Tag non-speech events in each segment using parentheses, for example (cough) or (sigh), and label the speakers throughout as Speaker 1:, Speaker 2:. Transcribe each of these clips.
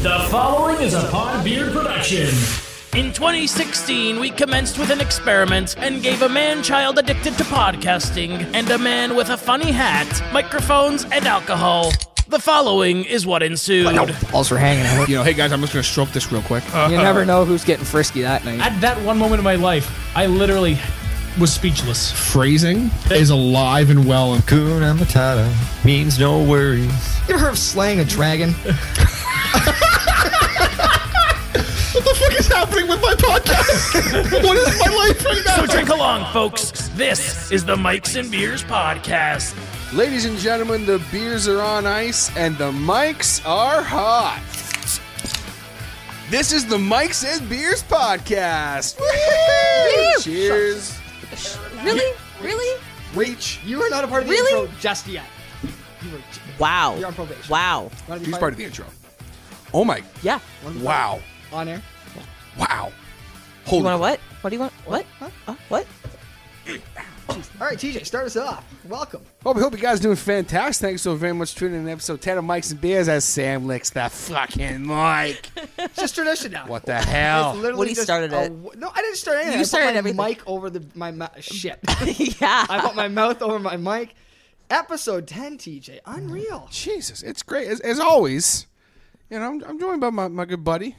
Speaker 1: The following is a Pod Beer production.
Speaker 2: In 2016, we commenced with an experiment and gave a man child addicted to podcasting and a man with a funny hat, microphones, and alcohol. The following is what ensued.
Speaker 3: Balls were hanging out.
Speaker 4: You know, hey guys, I'm just gonna stroke this real quick.
Speaker 5: Uh,
Speaker 6: (laughs)
Speaker 3: You never know who's getting frisky that night.
Speaker 7: At that one moment in my life, I literally was speechless.
Speaker 4: Phrasing is alive and well. And
Speaker 5: Hakuna Matata means no worries.
Speaker 3: You ever heard of slaying a (laughs) dragon?
Speaker 4: what the fuck is happening with my podcast? what is my life right now?
Speaker 2: So drink along, folks. This is the Mikes and Beers Podcast.
Speaker 6: Ladies and gentlemen, the beers are on ice and the mics are hot. This is the Mics and Beers podcast. Woo! Cheers.
Speaker 8: Really? Really?
Speaker 3: Reach. You are not a part of the
Speaker 8: Really?
Speaker 3: intro just yet. You were j-
Speaker 8: Wow.
Speaker 3: You're on probation.
Speaker 8: Wow.
Speaker 3: wanna be
Speaker 6: Who's
Speaker 3: part-
Speaker 6: part of the intro? Oh my.
Speaker 8: Yeah.
Speaker 6: Wow.
Speaker 3: on air.
Speaker 6: Wow.
Speaker 8: You
Speaker 6: Holy.
Speaker 8: want to what? What do you want? What? Uh, what? (laughs)
Speaker 3: All right, TJ, start us off. Welcome.
Speaker 6: Hope, hope you guys are doing fantastic. Thanks so very much for tuning in to episode 10 of Mics and Beers as Sam licks the fucking mic.
Speaker 3: It's just tradition now.
Speaker 6: What the
Speaker 3: It's
Speaker 6: hell?
Speaker 3: literally
Speaker 8: Woody
Speaker 3: just
Speaker 8: started
Speaker 3: a
Speaker 8: it.
Speaker 3: w- no, I didn't start anything.
Speaker 8: You
Speaker 3: I put
Speaker 8: started
Speaker 3: my
Speaker 8: everything.
Speaker 3: Mic over the my mou-
Speaker 8: (laughs)
Speaker 3: shit.
Speaker 8: yeah.
Speaker 3: I put my mouth over my mic. Episode ten, TJ. Unreal.
Speaker 6: Jesus, it's great. As, as always, you know, I'm, I'm joined by my, my good buddy.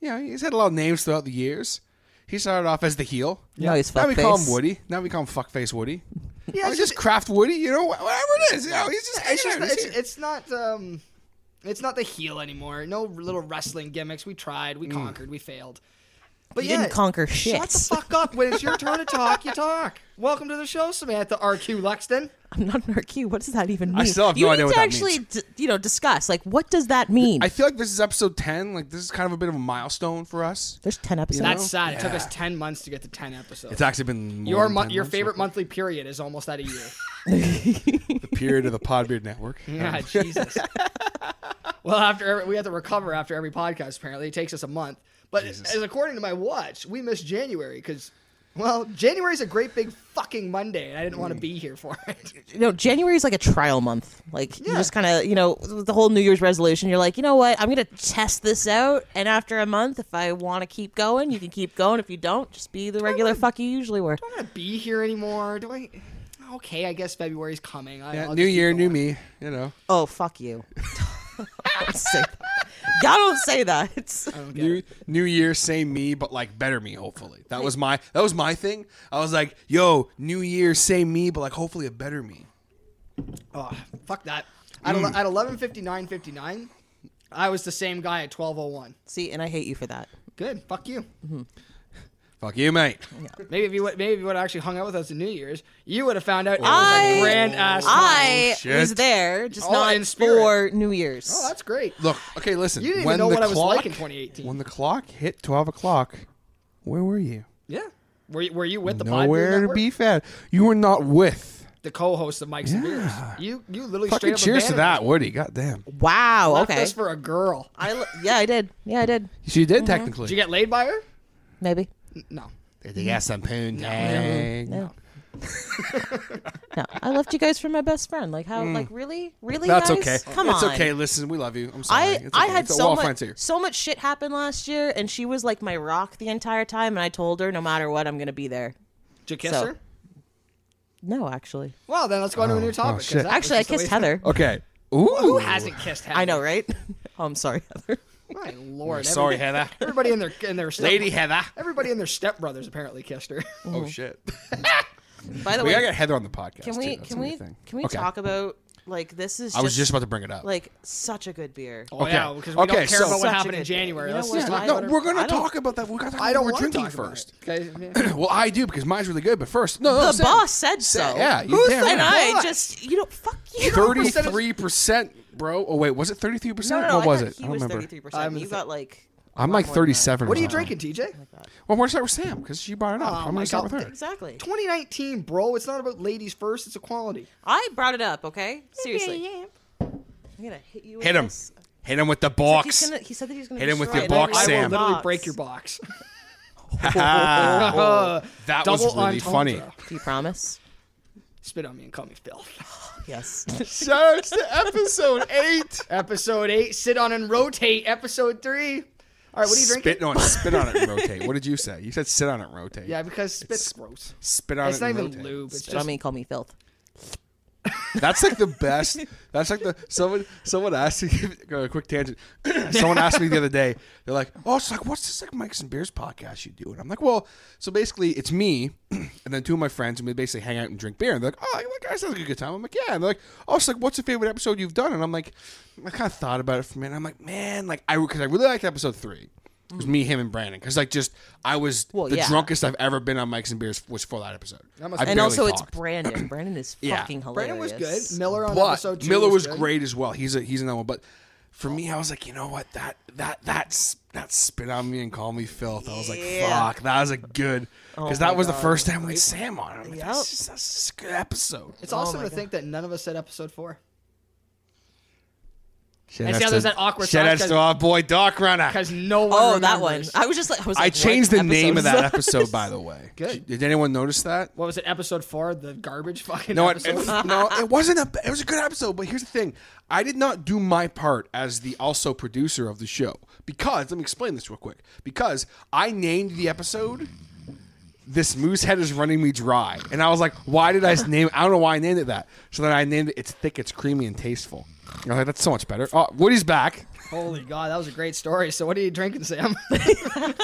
Speaker 6: You know, he's had a lot of names throughout the years. He started off as the heel.
Speaker 8: No, he's
Speaker 6: Now we call him
Speaker 8: fuckface.
Speaker 6: Woody. Now we call him Fuckface Woody.
Speaker 3: Yeah,
Speaker 6: Or
Speaker 3: it's
Speaker 6: just Craft Woody, you know, wh- whatever it is. You know, he's just hanging
Speaker 3: it's just
Speaker 6: out.
Speaker 3: not,
Speaker 6: He's
Speaker 3: it's,
Speaker 6: here.
Speaker 3: it's not um it's not the heel anymore no little wrestling gimmicks we tried
Speaker 6: Mm.
Speaker 3: we conquered we failed but
Speaker 8: You
Speaker 3: yeah,
Speaker 8: didn't conquer
Speaker 3: shut
Speaker 8: shit.
Speaker 3: the fuck up when it's your turn to talk you talk welcome to the show samantha rq lexton
Speaker 8: (laughs) I'm not an RQ. What does that even mean?
Speaker 6: I still have
Speaker 8: you
Speaker 6: no
Speaker 8: need
Speaker 6: idea
Speaker 8: to
Speaker 6: what that
Speaker 8: actually, d- you know, discuss like what does that mean?
Speaker 6: I feel like this is episode 10. Like, this is kind of a bit of a milestone for us.
Speaker 8: There's ten episodes.
Speaker 3: that's sad it took us 10 months to get to 10 episodes
Speaker 6: It's actually been more
Speaker 3: your
Speaker 6: than
Speaker 3: mon-
Speaker 6: 10
Speaker 3: your
Speaker 6: months.
Speaker 3: favorite monthly period is almost at a
Speaker 6: (laughs)
Speaker 3: year
Speaker 6: The period
Speaker 3: (laughs)
Speaker 6: of the Podbeard Network.
Speaker 3: yeah jesus well after every, we have to recover after every podcast apparently it takes us a month but as according to my watch we missed january because well january's a great big fucking monday and i didn't want
Speaker 6: Mm.
Speaker 3: to be here for it (laughs)
Speaker 8: you know, January is like a trial month. Like you
Speaker 3: Yeah.
Speaker 8: just kind of, you know, with the whole New Year's resolution. You're like, you know what? I'm gonna test this out, and after a month, if I want to keep going, you can keep going. If you don't, just be the regular fuck you usually were.
Speaker 3: I'm not gonna be here anymore. Do I? Okay, I guess February's coming. I,
Speaker 6: Yeah,
Speaker 3: I'll
Speaker 6: new
Speaker 3: just keep
Speaker 6: year, new
Speaker 3: going.
Speaker 6: me, you know.
Speaker 8: Oh fuck you! (laughs) don't say that. Y'all don't say that. (laughs) It's,
Speaker 3: I don't get
Speaker 6: New
Speaker 3: it.
Speaker 6: New Year, same me, but like better me. Hopefully, that was my that was my thing. I was like, "Yo, New Year, same me, but like hopefully a better me."
Speaker 3: Oh, fuck that. At,
Speaker 6: Mm.
Speaker 3: ele- at 11:59:59, I was the same guy at 12:01.
Speaker 8: see, and I hate you for that.
Speaker 3: Good. Fuck you.
Speaker 6: Fuck you, mate.
Speaker 3: Maybe if you would, maybe if you would have actually hung out with us at New Year's, you would have found out it was
Speaker 8: I-
Speaker 3: a grand ass.
Speaker 8: I
Speaker 6: shit.
Speaker 8: was there, just
Speaker 3: Oh,
Speaker 8: not
Speaker 3: in spirit.
Speaker 8: for New Year's.
Speaker 3: Oh, that's great.
Speaker 6: Look, okay, listen.
Speaker 3: You didn't even
Speaker 6: when
Speaker 3: know
Speaker 6: the
Speaker 3: what I was
Speaker 6: clock,
Speaker 3: like in 2018.
Speaker 6: When the clock hit twelve o'clock, where were you?
Speaker 3: yeah. Were you, were you with the
Speaker 6: Nowhere
Speaker 3: podcast?
Speaker 6: to be found. You were not with.
Speaker 3: the co-host of Mike's and Beers.
Speaker 6: Yeah.
Speaker 3: You you literally
Speaker 6: Fucking
Speaker 3: straight up
Speaker 6: cheers to
Speaker 3: abandoned
Speaker 6: that,
Speaker 3: us.
Speaker 6: Woody. Goddamn.
Speaker 8: wow.
Speaker 3: Left
Speaker 8: okay.
Speaker 3: us for a girl.
Speaker 8: I l- yeah, I did. Yeah, I did.
Speaker 6: She
Speaker 3: Mm-hmm.
Speaker 6: did
Speaker 3: Did you
Speaker 6: technically.
Speaker 3: get laid by her?
Speaker 8: Maybe.
Speaker 3: N- No.
Speaker 6: Did you get some poon tang?
Speaker 8: No. (laughs) no, I left you guys for my best friend. Like how? Like really? Really?
Speaker 6: That's
Speaker 8: guys?
Speaker 6: okay.
Speaker 8: Come
Speaker 6: it's
Speaker 8: on.
Speaker 6: okay. Listen, we love you. I'm sorry.
Speaker 8: I
Speaker 6: It's okay.
Speaker 8: I had
Speaker 6: It's a
Speaker 8: so
Speaker 6: wall of
Speaker 8: much
Speaker 6: friends here.
Speaker 8: so much shit happen last year, and she was like my rock the entire time. And I told her, no matter what, I'm gonna be there.
Speaker 3: Did you kiss
Speaker 8: So-
Speaker 3: her?
Speaker 8: No, actually,
Speaker 3: Well, then let's go on to a new topic. 'cause
Speaker 6: Oh, shit.
Speaker 3: that was
Speaker 8: actually, I
Speaker 3: just the way
Speaker 8: kissed
Speaker 3: it-
Speaker 8: Heather.
Speaker 6: Okay. Ooh.
Speaker 3: Who hasn't kissed Heather?
Speaker 8: I know, right? oh, I'm sorry,
Speaker 6: (laughs)
Speaker 8: Heather.
Speaker 3: My lord.
Speaker 6: Sorry,
Speaker 3: everybody,
Speaker 6: Heather.
Speaker 3: Everybody in their in their step,
Speaker 6: Lady Heather.
Speaker 3: Everybody in their stepbrothers apparently kissed (laughs) her.
Speaker 6: Oh shit.
Speaker 8: By the
Speaker 6: We
Speaker 8: way,
Speaker 6: gotta get Heather on the podcast.
Speaker 8: can
Speaker 6: too.
Speaker 8: we
Speaker 6: That's
Speaker 8: can
Speaker 6: the
Speaker 8: we
Speaker 6: only thing.
Speaker 8: can we
Speaker 6: Okay.
Speaker 8: talk about like this is?
Speaker 6: I was just about to bring it up.
Speaker 8: like such a good beer.
Speaker 3: Oh, yeah, because we
Speaker 6: Okay,
Speaker 3: don't care
Speaker 6: so-
Speaker 3: about
Speaker 8: Such
Speaker 3: what
Speaker 8: a
Speaker 3: happened in
Speaker 8: good-
Speaker 3: January.
Speaker 8: you know
Speaker 3: Let's
Speaker 8: what?
Speaker 3: just
Speaker 8: I-
Speaker 3: talk
Speaker 6: no,
Speaker 3: about her.
Speaker 6: we're gonna
Speaker 8: I don't-
Speaker 6: talk about that. We gotta talk
Speaker 3: I
Speaker 6: about
Speaker 3: don't
Speaker 6: what
Speaker 3: want
Speaker 6: we're
Speaker 3: to
Speaker 6: drinking
Speaker 3: talk about
Speaker 6: first.
Speaker 3: it. Okay, yeah.
Speaker 6: well, I do because mine's really good. But first, no, no
Speaker 8: The
Speaker 6: Sam.
Speaker 8: boss said
Speaker 6: Sam,
Speaker 8: so.
Speaker 6: Yeah,
Speaker 8: Who
Speaker 6: you
Speaker 8: said
Speaker 6: damn right.
Speaker 8: I just you know
Speaker 6: (laughs)
Speaker 8: fuck you.
Speaker 6: Thirty-three percent, bro. Oh wait, was it thirty-three
Speaker 8: No,
Speaker 6: percent?
Speaker 8: no, no,
Speaker 6: what
Speaker 8: I
Speaker 6: was
Speaker 8: thought
Speaker 6: it?
Speaker 8: He
Speaker 6: I don't
Speaker 8: was
Speaker 6: remember.
Speaker 8: 33%.
Speaker 3: I'm
Speaker 8: you
Speaker 3: th-
Speaker 8: got like
Speaker 6: I'm like thirty-seven.
Speaker 3: What are
Speaker 6: or
Speaker 3: you
Speaker 6: something.
Speaker 3: drinking, TJ?
Speaker 6: Well, we're gonna start with Sam because she brought it up.
Speaker 3: Oh,
Speaker 6: I'm
Speaker 3: my
Speaker 6: gonna start
Speaker 3: God.
Speaker 6: with her.
Speaker 8: exactly.
Speaker 3: 2019, bro. It's not about ladies first. It's equality.
Speaker 8: I brought it up. Okay, seriously. I'm gonna hit you. with
Speaker 6: Hit him.
Speaker 8: this.
Speaker 6: Hit him with the
Speaker 8: He's
Speaker 6: box. (laughs)
Speaker 8: gonna, he said that he's gonna
Speaker 6: Hit him with
Speaker 8: destroy
Speaker 6: your box,
Speaker 8: it, and I will
Speaker 3: I
Speaker 6: Sam.
Speaker 3: will literally
Speaker 8: box.
Speaker 3: break your box. (laughs)
Speaker 6: Ah, that was
Speaker 3: Double
Speaker 6: really
Speaker 3: entendre.
Speaker 6: funny.
Speaker 3: Spit on me and call me (laughs) filth.
Speaker 8: Yes.
Speaker 4: Shout out to episode eight.
Speaker 3: Episode eight, sit on and rotate. Episode three. All right, what are you drinking?
Speaker 6: Spit on, spit on it and rotate. What did you say? You said sit on it and rotate.
Speaker 3: Yeah, because spit's gross.
Speaker 6: Spit on
Speaker 3: It's
Speaker 6: it
Speaker 3: not
Speaker 6: and
Speaker 3: even
Speaker 6: rotate.
Speaker 3: lube. It's
Speaker 8: But I
Speaker 3: just
Speaker 8: mean, call me filth.
Speaker 6: That's like the best. That's like the someone someone asked me (laughs) go a quick tangent. (clears throat) someone asked me the other day. They're like, "Oh, it's like what's this like Mike's and Beers podcast you do?" And I'm like, "Well, so basically it's me (clears throat) and then two of my friends and we basically hang out and drink beer." And they're like, "Oh, that guy sounds like a good time." I'm like, "Yeah." And they're like, "Oh, it's like what's your favorite episode you've done?" And I'm like, I kind of thought about it for a minute. I'm like, "Man, like I because I really liked episode three. It was me, him, and Brandon. Because like just I was
Speaker 8: Well,
Speaker 6: the
Speaker 8: yeah.
Speaker 6: drunkest I've ever been on Mike's and Beers was for that episode. I
Speaker 8: And
Speaker 6: barely
Speaker 8: also,
Speaker 6: talked.
Speaker 8: it's
Speaker 6: (clears throat)
Speaker 8: Brandon. Brandon is
Speaker 6: Yeah.
Speaker 8: fucking
Speaker 3: Brandon
Speaker 8: hilarious.
Speaker 3: was good. Miller on
Speaker 6: But
Speaker 3: episode two.
Speaker 6: Miller was
Speaker 3: good.
Speaker 6: great as well. He's a he's another one. But for me, I was like, you know what? That that that's that spit on me and call me filth. I was like, fuck, that was a good
Speaker 3: Oh
Speaker 6: because that was the first time we had Sam on. I'm like,
Speaker 8: Yep.
Speaker 6: that's, just, that's just a good episode.
Speaker 3: It's
Speaker 8: Oh
Speaker 3: awesome to think that none of us said episode four.
Speaker 6: Shout
Speaker 3: And see how there's that awkward
Speaker 6: shout
Speaker 3: silence
Speaker 6: outs
Speaker 3: 'cause-
Speaker 6: to our boy Doc
Speaker 3: (laughs)
Speaker 6: Runner.
Speaker 3: Because no one.
Speaker 8: Oh, that one.
Speaker 3: remembers.
Speaker 8: I was just like, I was. Like,
Speaker 6: I
Speaker 8: what
Speaker 6: changed the name of
Speaker 8: episode
Speaker 6: that
Speaker 8: is
Speaker 6: episode, by the way.
Speaker 3: Good.
Speaker 6: Did anyone notice that?
Speaker 3: What was it? Episode four, the garbage (laughs) fucking.
Speaker 6: No, it,
Speaker 3: episode.
Speaker 6: it- no, it wasn't a. It was a good episode, but here's the thing: I did not do my part as the also producer of the show because let me explain this real quick. Because I named the episode "This Moose Head is Running Me Dry," and I was like, "Why did I s- name? I don't know why I named it that." So then I named it "It's Thick, It's Creamy, and Tasteful." And I was like, "That's so much better." Oh, Woody's back.
Speaker 3: Holy God, that was a great story. So, what are you drinking, Sam?
Speaker 8: (laughs)
Speaker 3: (laughs)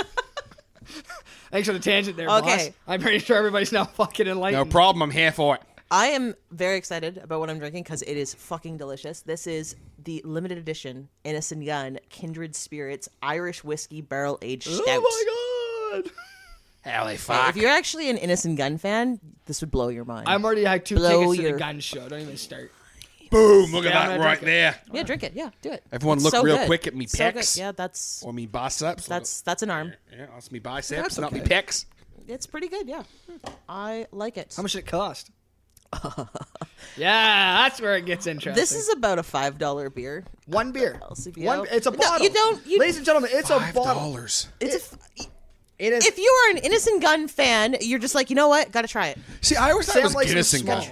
Speaker 3: Thanks for the tangent there,
Speaker 8: Okay.
Speaker 3: boss. I'm pretty sure everybody's now fucking
Speaker 6: No
Speaker 3: enlightened.
Speaker 6: problem. I'm here for it.
Speaker 8: I am very excited about what I'm drinking because it is fucking delicious. This is the limited edition Innocent Gun Kindred Spirits Irish Whiskey Barrel Aged
Speaker 6: Oh
Speaker 8: Stout.
Speaker 3: oh my God!
Speaker 6: Holy
Speaker 8: Okay,
Speaker 6: fuck!
Speaker 8: If you're actually an Innocent Gun fan, this would blow your mind.
Speaker 3: I'm already like two
Speaker 8: Blow
Speaker 3: tickets to
Speaker 8: your-
Speaker 3: the gun show. Don't even start.
Speaker 6: Boom! Look at
Speaker 3: Yeah, I'm
Speaker 6: that
Speaker 3: gonna
Speaker 6: right
Speaker 3: drink it.
Speaker 6: there.
Speaker 8: yeah, drink it. Yeah, do it.
Speaker 6: Everyone
Speaker 8: It's
Speaker 6: look
Speaker 8: so
Speaker 6: real
Speaker 8: good.
Speaker 6: quick at me
Speaker 8: So good.
Speaker 6: pecs.
Speaker 8: Yeah, that's
Speaker 6: Or me biceps.
Speaker 8: that's that's an arm.
Speaker 6: yeah, that's me biceps, not me pecs.
Speaker 8: It's pretty good. Yeah, I like it.
Speaker 3: How much did it cost?
Speaker 8: (laughs)
Speaker 3: yeah, that's where it gets interesting.
Speaker 8: This is about a five dollar beer.
Speaker 3: one beer.
Speaker 8: LCBO.
Speaker 3: One, it's a
Speaker 8: No,
Speaker 3: bottle.
Speaker 8: you don't- you-
Speaker 3: Ladies and gentlemen, it's a
Speaker 6: Five
Speaker 3: bottle.
Speaker 6: dollars.
Speaker 8: It's a f-
Speaker 3: It is.
Speaker 8: if you are an Innocent Gun fan, you're just like, you know what? Gotta try it.
Speaker 6: See, I always thought
Speaker 3: Sam
Speaker 6: it was
Speaker 3: likes it
Speaker 6: Guinness and
Speaker 3: small.
Speaker 6: Gun.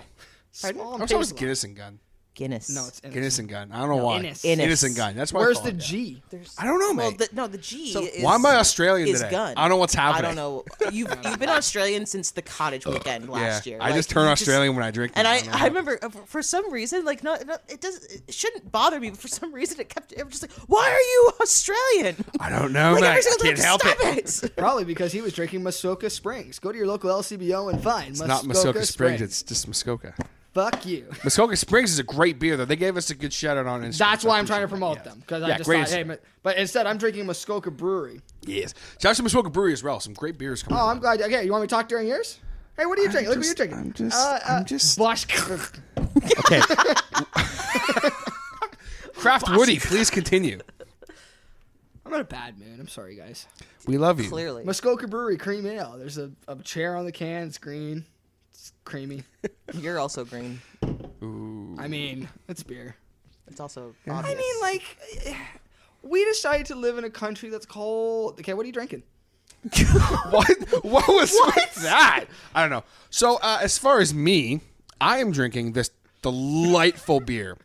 Speaker 3: Small.
Speaker 6: I was always Guinness and Gun.
Speaker 8: Guinness.
Speaker 3: No, it's in
Speaker 6: Guinness and Gun. I don't know why.
Speaker 3: Guinness.
Speaker 8: Guinness.
Speaker 6: and Gun. That's why. I
Speaker 3: Where's
Speaker 6: call
Speaker 3: the
Speaker 6: it that.
Speaker 3: G?
Speaker 6: I don't know,
Speaker 8: Well,
Speaker 6: mate.
Speaker 8: the, no, the G. is,
Speaker 6: why am I Australian
Speaker 8: is
Speaker 6: today?
Speaker 8: Gun.
Speaker 6: I don't know what's
Speaker 8: I
Speaker 6: happening.
Speaker 8: don't know. You've you've been Australian since the cottage weekend last year.
Speaker 6: I
Speaker 8: Like,
Speaker 6: just turn
Speaker 8: you
Speaker 6: Australian when I drink.
Speaker 8: And
Speaker 6: now.
Speaker 8: I,
Speaker 6: don't know
Speaker 8: I
Speaker 6: why.
Speaker 8: remember uh, for- for some reason, like not, not it does it shouldn't bother me, but for some reason it kept it was just like, why are you Australian?
Speaker 6: I don't know,
Speaker 8: like
Speaker 6: mate.
Speaker 8: every
Speaker 6: I
Speaker 8: single
Speaker 6: can't
Speaker 8: time,
Speaker 6: help
Speaker 8: stop
Speaker 6: it. (laughs)
Speaker 8: it.
Speaker 3: Probably because he was drinking Muskoka Springs. Go to your local LCBO and find
Speaker 6: It's
Speaker 3: Muskoka,
Speaker 6: not Muskoka
Speaker 3: Springs.
Speaker 6: Springs. It's just Muskoka.
Speaker 3: Fuck you.
Speaker 6: Muskoka Springs is a great beer, though. They gave us a good shout out on Instagram.
Speaker 3: That's
Speaker 6: so I
Speaker 3: why I'm trying to
Speaker 6: appreciate
Speaker 3: promote
Speaker 6: that.
Speaker 3: them because
Speaker 6: Yeah,
Speaker 3: I just
Speaker 6: great
Speaker 3: thought, hey,
Speaker 6: Instagram.
Speaker 3: but, but instead I'm drinking Muskoka Brewery.
Speaker 6: Yes. Shout out to Muskoka Brewery as well. Some great beers coming.
Speaker 3: Oh,
Speaker 6: out.
Speaker 3: I'm glad. Okay, you want me to talk during yours? Hey, what are you drinking? Look
Speaker 6: just-
Speaker 3: what you're drinking.
Speaker 6: I'm
Speaker 3: Uh,
Speaker 6: just-
Speaker 3: uh,
Speaker 6: I'm just-
Speaker 3: Bosch.
Speaker 6: Okay. Craft Woody, please continue.
Speaker 3: (laughs) I'm in a bad mood. I'm sorry, guys.
Speaker 6: We love you.
Speaker 8: Clearly,
Speaker 3: Muskoka Brewery Cream Ale. There's a, a chair on the can. It's green. It's creamy.
Speaker 8: you're also green.
Speaker 3: I mean, it's beer.
Speaker 8: It's also
Speaker 3: I
Speaker 8: obvious.
Speaker 3: mean, like, (sighs) we decided to live in a country that's cold. Okay, what are you drinking?
Speaker 6: (laughs) What? What was with that? I don't know. So, uh, as far as me, I am drinking this delightful beer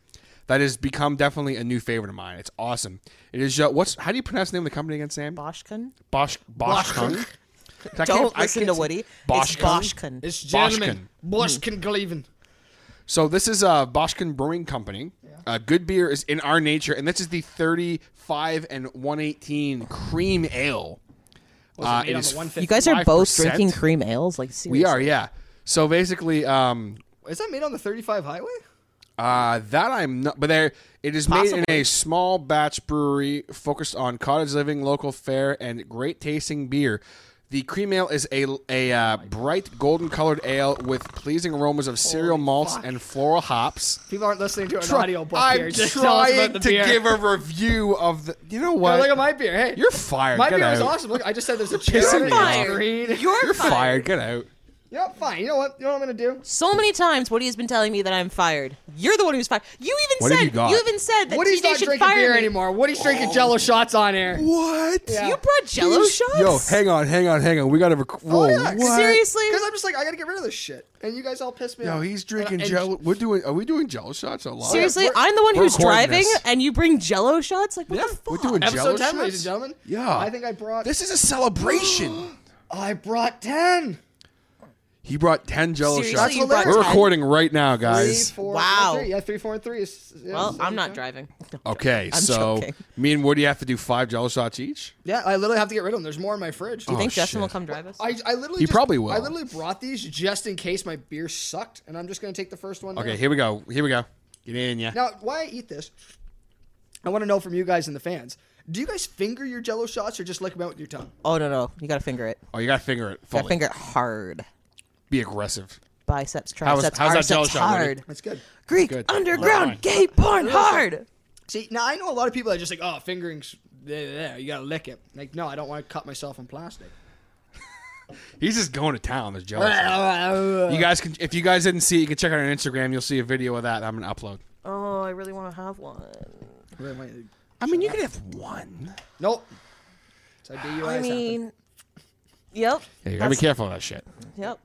Speaker 6: that has become definitely a new favorite of mine. It's awesome. It is uh, what's how do you pronounce the name of the company again, Sam?
Speaker 8: Boschkun.
Speaker 6: Bosch Bosch. Bosch.
Speaker 8: Don't listen to Woody. It's
Speaker 6: Boschkun.
Speaker 8: Boschkun.
Speaker 3: It's
Speaker 6: Boschken.
Speaker 3: German.
Speaker 8: Mm.
Speaker 3: Boschken Gleven.
Speaker 6: So this is uh, Boschkin Brewing Company. Uh, good beer is in our nature, and this is the 35 and 118 cream ale. Uh,
Speaker 3: made on the 150?
Speaker 8: you guys are both
Speaker 6: 5%.
Speaker 8: drinking cream ales. Like seriously,
Speaker 6: We are, yeah. So basically, um,
Speaker 3: Is that made on the 35 highway?
Speaker 6: uh, that I'm not, but there it is made in a small batch brewery focused on cottage living, local fare, and great tasting beer. The cream ale is a a uh, bright golden colored ale with pleasing aromas of cereal malts and floral hops.
Speaker 3: People aren't listening to an
Speaker 6: Try-
Speaker 3: audio book
Speaker 6: I'm
Speaker 3: here. Just tell us
Speaker 6: trying
Speaker 3: about the
Speaker 6: to
Speaker 3: beer.
Speaker 6: give a review of the. You know
Speaker 3: Oh,
Speaker 6: what?
Speaker 3: look at my beer. Hey,
Speaker 6: You're fired.
Speaker 3: My
Speaker 6: Get
Speaker 3: beer is
Speaker 6: out. (laughs)
Speaker 3: awesome. Look, I just said there's a chair on it.
Speaker 6: pissing
Speaker 3: (laughs)
Speaker 6: me
Speaker 3: It's
Speaker 6: off.
Speaker 3: green.
Speaker 8: You're,
Speaker 6: You're fired. Get out.
Speaker 3: You know what? Fine. You know what? You know what I'm gonna do?
Speaker 8: So many times, Woody has been telling me that I'm fired. You're the one who's fired. You even
Speaker 6: What have
Speaker 8: said
Speaker 6: you got?
Speaker 8: even said that
Speaker 3: Woody's
Speaker 8: TJ
Speaker 3: not
Speaker 8: should
Speaker 3: drinking
Speaker 8: fire
Speaker 3: beer
Speaker 8: me.
Speaker 3: anymore. Woody's
Speaker 6: Oh.
Speaker 3: drinking Jello shots on air.
Speaker 6: What?
Speaker 3: Yeah. Oh,
Speaker 8: You brought Jello shots.
Speaker 6: Yo, hang on, hang on, hang on. We gotta rec- roll.
Speaker 3: yeah, 'cause
Speaker 6: What?
Speaker 8: Seriously?
Speaker 3: Because I'm just like I gotta get rid of this shit, and you guys all piss me off.
Speaker 6: Yo, he's drinking
Speaker 3: And- and-
Speaker 6: Jello. We're doing. Are we doing Jello shots a lot?
Speaker 8: Seriously,
Speaker 3: we're-
Speaker 8: I'm the one
Speaker 6: we're
Speaker 8: who's
Speaker 6: recording
Speaker 8: driving,
Speaker 6: this.
Speaker 8: and you bring Jello shots. Like what
Speaker 6: Yeah,
Speaker 8: the fuck?
Speaker 6: we're doing Jello
Speaker 3: Episode ten, ladies
Speaker 6: shots?
Speaker 3: and gentlemen.
Speaker 6: Yeah.
Speaker 3: I think I brought.
Speaker 6: This is a celebration.
Speaker 3: I brought ten.
Speaker 6: he brought ten Jello
Speaker 8: Seriously,
Speaker 6: shots.
Speaker 8: you brought
Speaker 6: We're
Speaker 8: 10?
Speaker 6: recording right now,
Speaker 3: Three,
Speaker 6: guys.
Speaker 3: four,
Speaker 8: Wow.
Speaker 3: and three. Yeah, three, four, and three is. is-
Speaker 8: well,
Speaker 3: is-
Speaker 8: I'm not driving.
Speaker 6: Okay,
Speaker 8: I'm
Speaker 6: so
Speaker 8: joking.
Speaker 6: me and Woody have to do five Jello shots each.
Speaker 3: Yeah, I literally have to get rid of them. There's more in my fridge.
Speaker 8: You think
Speaker 6: oh, shit.
Speaker 8: Justin will come drive us?
Speaker 3: I, I literally.
Speaker 6: He
Speaker 3: just-
Speaker 6: probably will.
Speaker 3: I literally brought these just in case my beer sucked, and I'm just gonna take the first one.
Speaker 6: Okay,
Speaker 3: down.
Speaker 6: here we go. Here we go. Get in, yeah.
Speaker 3: Now, why I eat this, I want to know from you guys and the fans. Do you guys finger your Jello shots or just lick them out with your tongue?
Speaker 8: oh no, no, you gotta finger it.
Speaker 6: Oh, you gotta finger it.
Speaker 8: Gotta
Speaker 6: Fully.
Speaker 8: finger it hard.
Speaker 6: Be aggressive. was-
Speaker 8: Biceps, triceps,
Speaker 6: how's that
Speaker 8: biceps,
Speaker 6: Jello shot, Woody?
Speaker 8: hard.
Speaker 3: That's good.
Speaker 8: Greek
Speaker 6: Good.
Speaker 8: underground gay porn hard.
Speaker 3: See, now I know a lot of people that just like, oh, fingering's there, there, you gotta lick it. Like, no, I don't want to cut myself in plastic. (laughs)
Speaker 6: He's just going to town. There's Jello. shots. You guys can, if you guys didn't see it, you can check out our Instagram. You'll see a video of that. I'm gonna upload.
Speaker 8: Oh, I really want to have one.
Speaker 6: I mean, you could have one.
Speaker 3: Nope. So I DUIs
Speaker 8: I
Speaker 3: happen.
Speaker 8: mean, yep,
Speaker 6: Yeah, you gotta be careful of that shit.
Speaker 8: yep.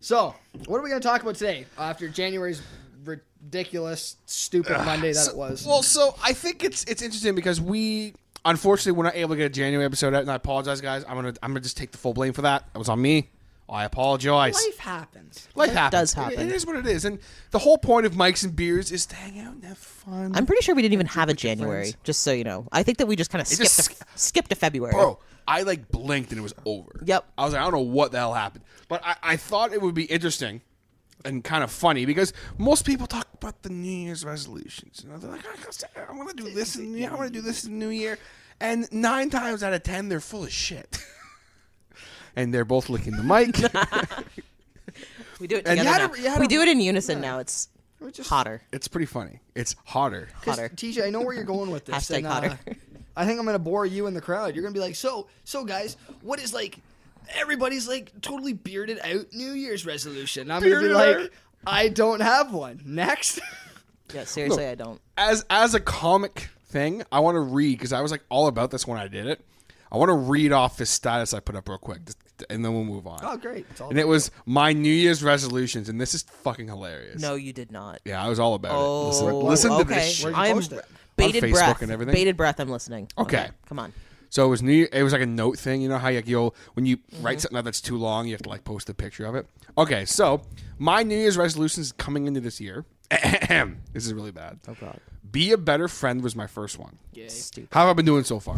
Speaker 3: So, what are we gonna talk about today after January's ridiculous, stupid Monday that it was?
Speaker 6: Well, so I think it's it's interesting because we unfortunately we're not able to get a January episode out, and I apologize, guys. I'm gonna I'm gonna just take the full blame for that. It was on me. I apologize.
Speaker 3: Life happens.
Speaker 6: Life happens.
Speaker 8: does happen.
Speaker 6: It- it is what it is, and the whole point of Mike's and beers is to hang out and have fun.
Speaker 8: I'm pretty sure we didn't even have a January. Just so you know, I think that we just kind of skipped
Speaker 6: just
Speaker 8: a, skipped a February.
Speaker 6: Bro, I like blinked and it was over.
Speaker 8: Yep.
Speaker 6: I was like, I don't know what the hell happened. But I, I thought it would be interesting and kind of funny because most people talk about the New Year's resolutions. You know, they're like, I'm going to do this in the New Year. I'm going to do this in the New Year. And nine times out of ten, they're full of shit. (laughs) and they're both licking
Speaker 3: (laughs)
Speaker 6: the mic.
Speaker 8: we do it
Speaker 6: and
Speaker 8: together.
Speaker 6: you had
Speaker 8: now.
Speaker 6: a- you had
Speaker 8: we
Speaker 6: a-
Speaker 8: do it in unison now. It's
Speaker 3: We're just-
Speaker 8: hotter,
Speaker 6: it's pretty funny. It's hotter.
Speaker 3: 'Cause,
Speaker 8: hotter.
Speaker 3: TJ, I know where you're going
Speaker 8: (laughs)
Speaker 3: with this.
Speaker 8: Hashtag
Speaker 3: and, uh,
Speaker 8: hotter.
Speaker 3: I think I'm gonna bore you in the crowd. You're gonna be like, so, so guys, what is like? Everybody's like totally bearded out New Year's resolution. And I'm
Speaker 6: Bearded
Speaker 3: gonna be like,
Speaker 6: out.
Speaker 3: I don't have one. Next. (laughs)
Speaker 8: Yeah, seriously, I don't.
Speaker 6: as as a comic thing, I want to read because I was like all about this when I did it. I want to read off this status I put up real quick, just- and then we'll move on.
Speaker 3: Oh, great. It's all
Speaker 6: and it was my New Year's resolutions, and this is fucking hilarious.
Speaker 8: No, you did not.
Speaker 6: yeah, I was all about it. Listen,
Speaker 8: Oh,
Speaker 6: listen to
Speaker 8: okay.
Speaker 6: this. Shit.
Speaker 3: you
Speaker 8: I'm
Speaker 3: post it?
Speaker 8: bated
Speaker 6: On Facebook
Speaker 8: breath.
Speaker 6: and everything?
Speaker 8: Bated breath. I'm listening.
Speaker 6: Okay.
Speaker 8: come on.
Speaker 6: So it was new. It was like a note thing. You know how like you'll when you write something out that's too long, you have to like post a picture of it. Okay, so my New Year's resolutions coming into this year. (clears throat) this is really bad. Oh God. Be a better friend was my first one.
Speaker 8: Stupid.
Speaker 6: How have I been doing so far?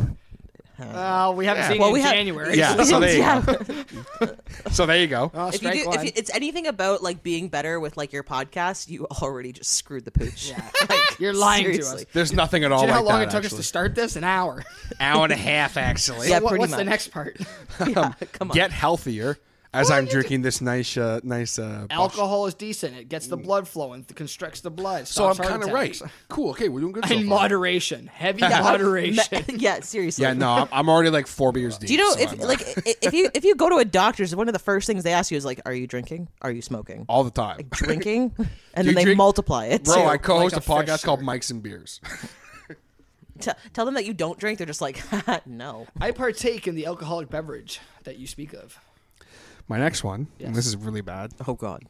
Speaker 3: Uh, we haven't seen
Speaker 8: Well,
Speaker 3: it
Speaker 8: we
Speaker 3: in
Speaker 8: have-
Speaker 3: January.
Speaker 6: Yeah. So there you go. (laughs) so there you go.
Speaker 3: Oh,
Speaker 8: If you
Speaker 3: strike
Speaker 8: do, if
Speaker 3: one.
Speaker 8: you, it's anything about like being better with like your podcast, you already just screwed the pooch. Yeah. (laughs) like,
Speaker 3: You're lying to us.
Speaker 8: seriously.
Speaker 6: There's nothing at all.
Speaker 3: Do you know
Speaker 6: like
Speaker 3: how long
Speaker 6: that,
Speaker 3: it took us to start this? An hour.
Speaker 6: actually. Hour and a half, actually.
Speaker 3: (laughs)
Speaker 8: Yeah,
Speaker 3: What-
Speaker 8: pretty
Speaker 3: what's
Speaker 8: much.
Speaker 3: the next part?
Speaker 8: Yeah, come on.
Speaker 6: Get healthier as I'm drinking this nice, uh, nice. Uh, Bush.
Speaker 3: Alcohol is decent. It
Speaker 8: Mm.
Speaker 3: gets the blood flowing, th- constricts the blood.
Speaker 6: So I'm
Speaker 3: stops heart
Speaker 6: kind of right.
Speaker 3: attacks.
Speaker 6: Cool. Okay, we're doing good. So
Speaker 3: In
Speaker 6: far.
Speaker 3: moderation,
Speaker 6: (laughs)
Speaker 3: heavy
Speaker 8: Yeah, like,
Speaker 3: moderation.
Speaker 8: (laughs) me- yeah, seriously.
Speaker 6: Yeah, no, I'm, I'm already like four beers deep.
Speaker 8: Do you know
Speaker 6: so
Speaker 8: if
Speaker 6: I'm-
Speaker 8: like i- if you if you go to a doctor's, one of the first things they ask you is like, "Are you drinking? Are you smoking?
Speaker 6: all (laughs) the time?
Speaker 8: Drinking?" And
Speaker 6: you
Speaker 8: then they
Speaker 6: drink-
Speaker 8: multiply it.
Speaker 6: Bro,
Speaker 8: too.
Speaker 6: I co-host
Speaker 3: like
Speaker 6: a,
Speaker 3: a
Speaker 6: podcast
Speaker 3: fish
Speaker 6: called
Speaker 3: or-
Speaker 6: Mike's and Beers. (laughs)
Speaker 8: T- (laughs) tell them that you don't drink. They're just like, (laughs) "No."
Speaker 3: I partake in the alcoholic beverage that you speak of.
Speaker 6: My next one, and this is really bad.
Speaker 8: Oh God.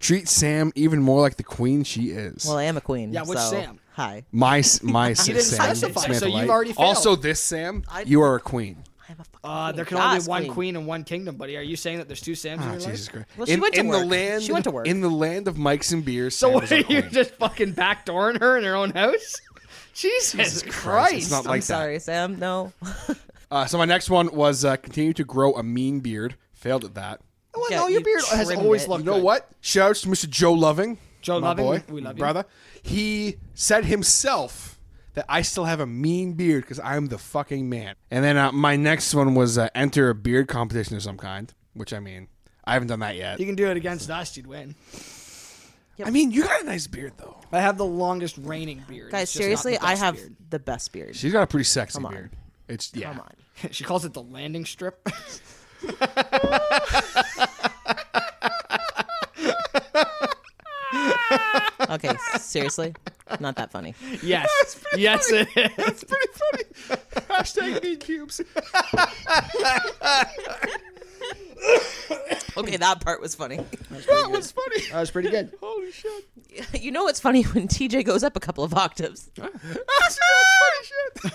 Speaker 6: Treat Sam even more like the queen she is.
Speaker 8: Well, I am a queen.
Speaker 3: Yeah, which
Speaker 8: so,
Speaker 3: Sam?
Speaker 8: Hi,
Speaker 6: my s-
Speaker 8: (laughs)
Speaker 6: my
Speaker 3: didn't
Speaker 6: sis, Sam,
Speaker 3: specify,
Speaker 6: Samantha
Speaker 3: so you've
Speaker 6: Light.
Speaker 3: already failed.
Speaker 6: Also, this Sam, you are a queen.
Speaker 8: I'm a fucking.
Speaker 3: Uh,
Speaker 8: queen.
Speaker 3: there can only be
Speaker 8: God's
Speaker 3: one queen. and one kingdom, buddy. Are you saying that there's two Sams in
Speaker 6: Oh, Ah,
Speaker 3: your life?
Speaker 6: Jesus Christ.
Speaker 8: Well, she
Speaker 6: in,
Speaker 8: went to
Speaker 6: in the
Speaker 8: work.
Speaker 6: land,
Speaker 8: She went to work.
Speaker 6: In the land of Mikes and beers.
Speaker 3: So
Speaker 6: Sam
Speaker 3: what
Speaker 6: is
Speaker 3: are (laughs)
Speaker 6: our
Speaker 3: you
Speaker 6: queen.
Speaker 3: just fucking backdooring her in her own house? (laughs) Jesus, Christ!
Speaker 6: It's not
Speaker 8: I'm
Speaker 6: like
Speaker 8: sorry,
Speaker 3: (laughs)
Speaker 8: Sam. No.
Speaker 6: that. Uh, so my next one was uh, continue to grow a mean beard. Failed at that.
Speaker 3: No,
Speaker 8: Yeah,
Speaker 3: no, your
Speaker 8: you
Speaker 3: beard has
Speaker 8: trimmed
Speaker 3: always
Speaker 8: it.
Speaker 3: looked.
Speaker 6: You know
Speaker 3: good.
Speaker 6: what? Shouts to Mr. Joe Loving.
Speaker 3: Joe
Speaker 6: my
Speaker 3: Loving,
Speaker 6: boy,
Speaker 3: we love you.
Speaker 6: brother. He said himself that I still have a mean beard because I'm the fucking man. And then uh, my next one was uh, enter a beard competition of some kind, which I mean, I haven't done that yet.
Speaker 3: You can do it against us, you'd win.
Speaker 6: I mean, you got a nice beard though.
Speaker 3: I have the longest reigning beard.
Speaker 8: Guys,
Speaker 3: It's just not
Speaker 8: seriously,
Speaker 3: the
Speaker 8: I
Speaker 3: best
Speaker 8: have
Speaker 3: beard. (laughs)
Speaker 8: the best beard.
Speaker 6: She's got a pretty sexy
Speaker 8: Come on.
Speaker 6: beard. It's yeah.
Speaker 8: Come on.
Speaker 3: she calls it the landing strip. (laughs)
Speaker 8: Okay, seriously, not
Speaker 6: (laughs)
Speaker 8: that funny.
Speaker 2: Yes. yes, it is.
Speaker 3: (laughs)
Speaker 6: Hashtag me cubes.
Speaker 8: Okay, that part was funny.
Speaker 6: That was funny.
Speaker 3: That was pretty
Speaker 6: (laughs)
Speaker 3: good.
Speaker 6: Holy shit.
Speaker 8: (laughs) You know what's funny when TJ goes up a couple of octaves.
Speaker 6: (laughs) That's, that's funny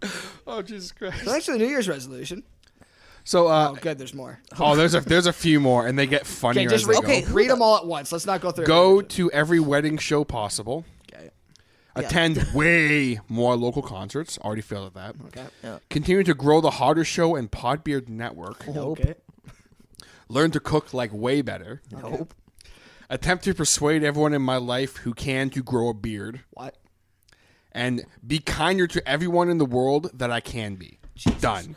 Speaker 6: shit. (laughs) oh Jesus
Speaker 3: So
Speaker 6: Christ.
Speaker 3: thanks for the New Year's resolution.
Speaker 6: So uh,
Speaker 3: Oh, good. There's more.
Speaker 6: Oh, there's a there's a few more, and they get funnier.
Speaker 3: Okay, just
Speaker 6: as they
Speaker 3: read,
Speaker 6: go.
Speaker 8: Okay, who
Speaker 3: read
Speaker 8: the-
Speaker 3: them all at once. Let's not go through.
Speaker 6: Go
Speaker 3: everything.
Speaker 6: to every wedding show possible.
Speaker 3: Okay.
Speaker 6: Attend way more local concerts. Already failed at that.
Speaker 3: Okay.
Speaker 6: Continue to grow the Harder Show and Podbeard Network.
Speaker 3: Okay.
Speaker 6: Learn to cook like way better.
Speaker 8: Nope.
Speaker 6: Attempt to persuade everyone in my life who can to grow a beard.
Speaker 3: What?
Speaker 6: And be kinder to everyone in the world that I can be. Done.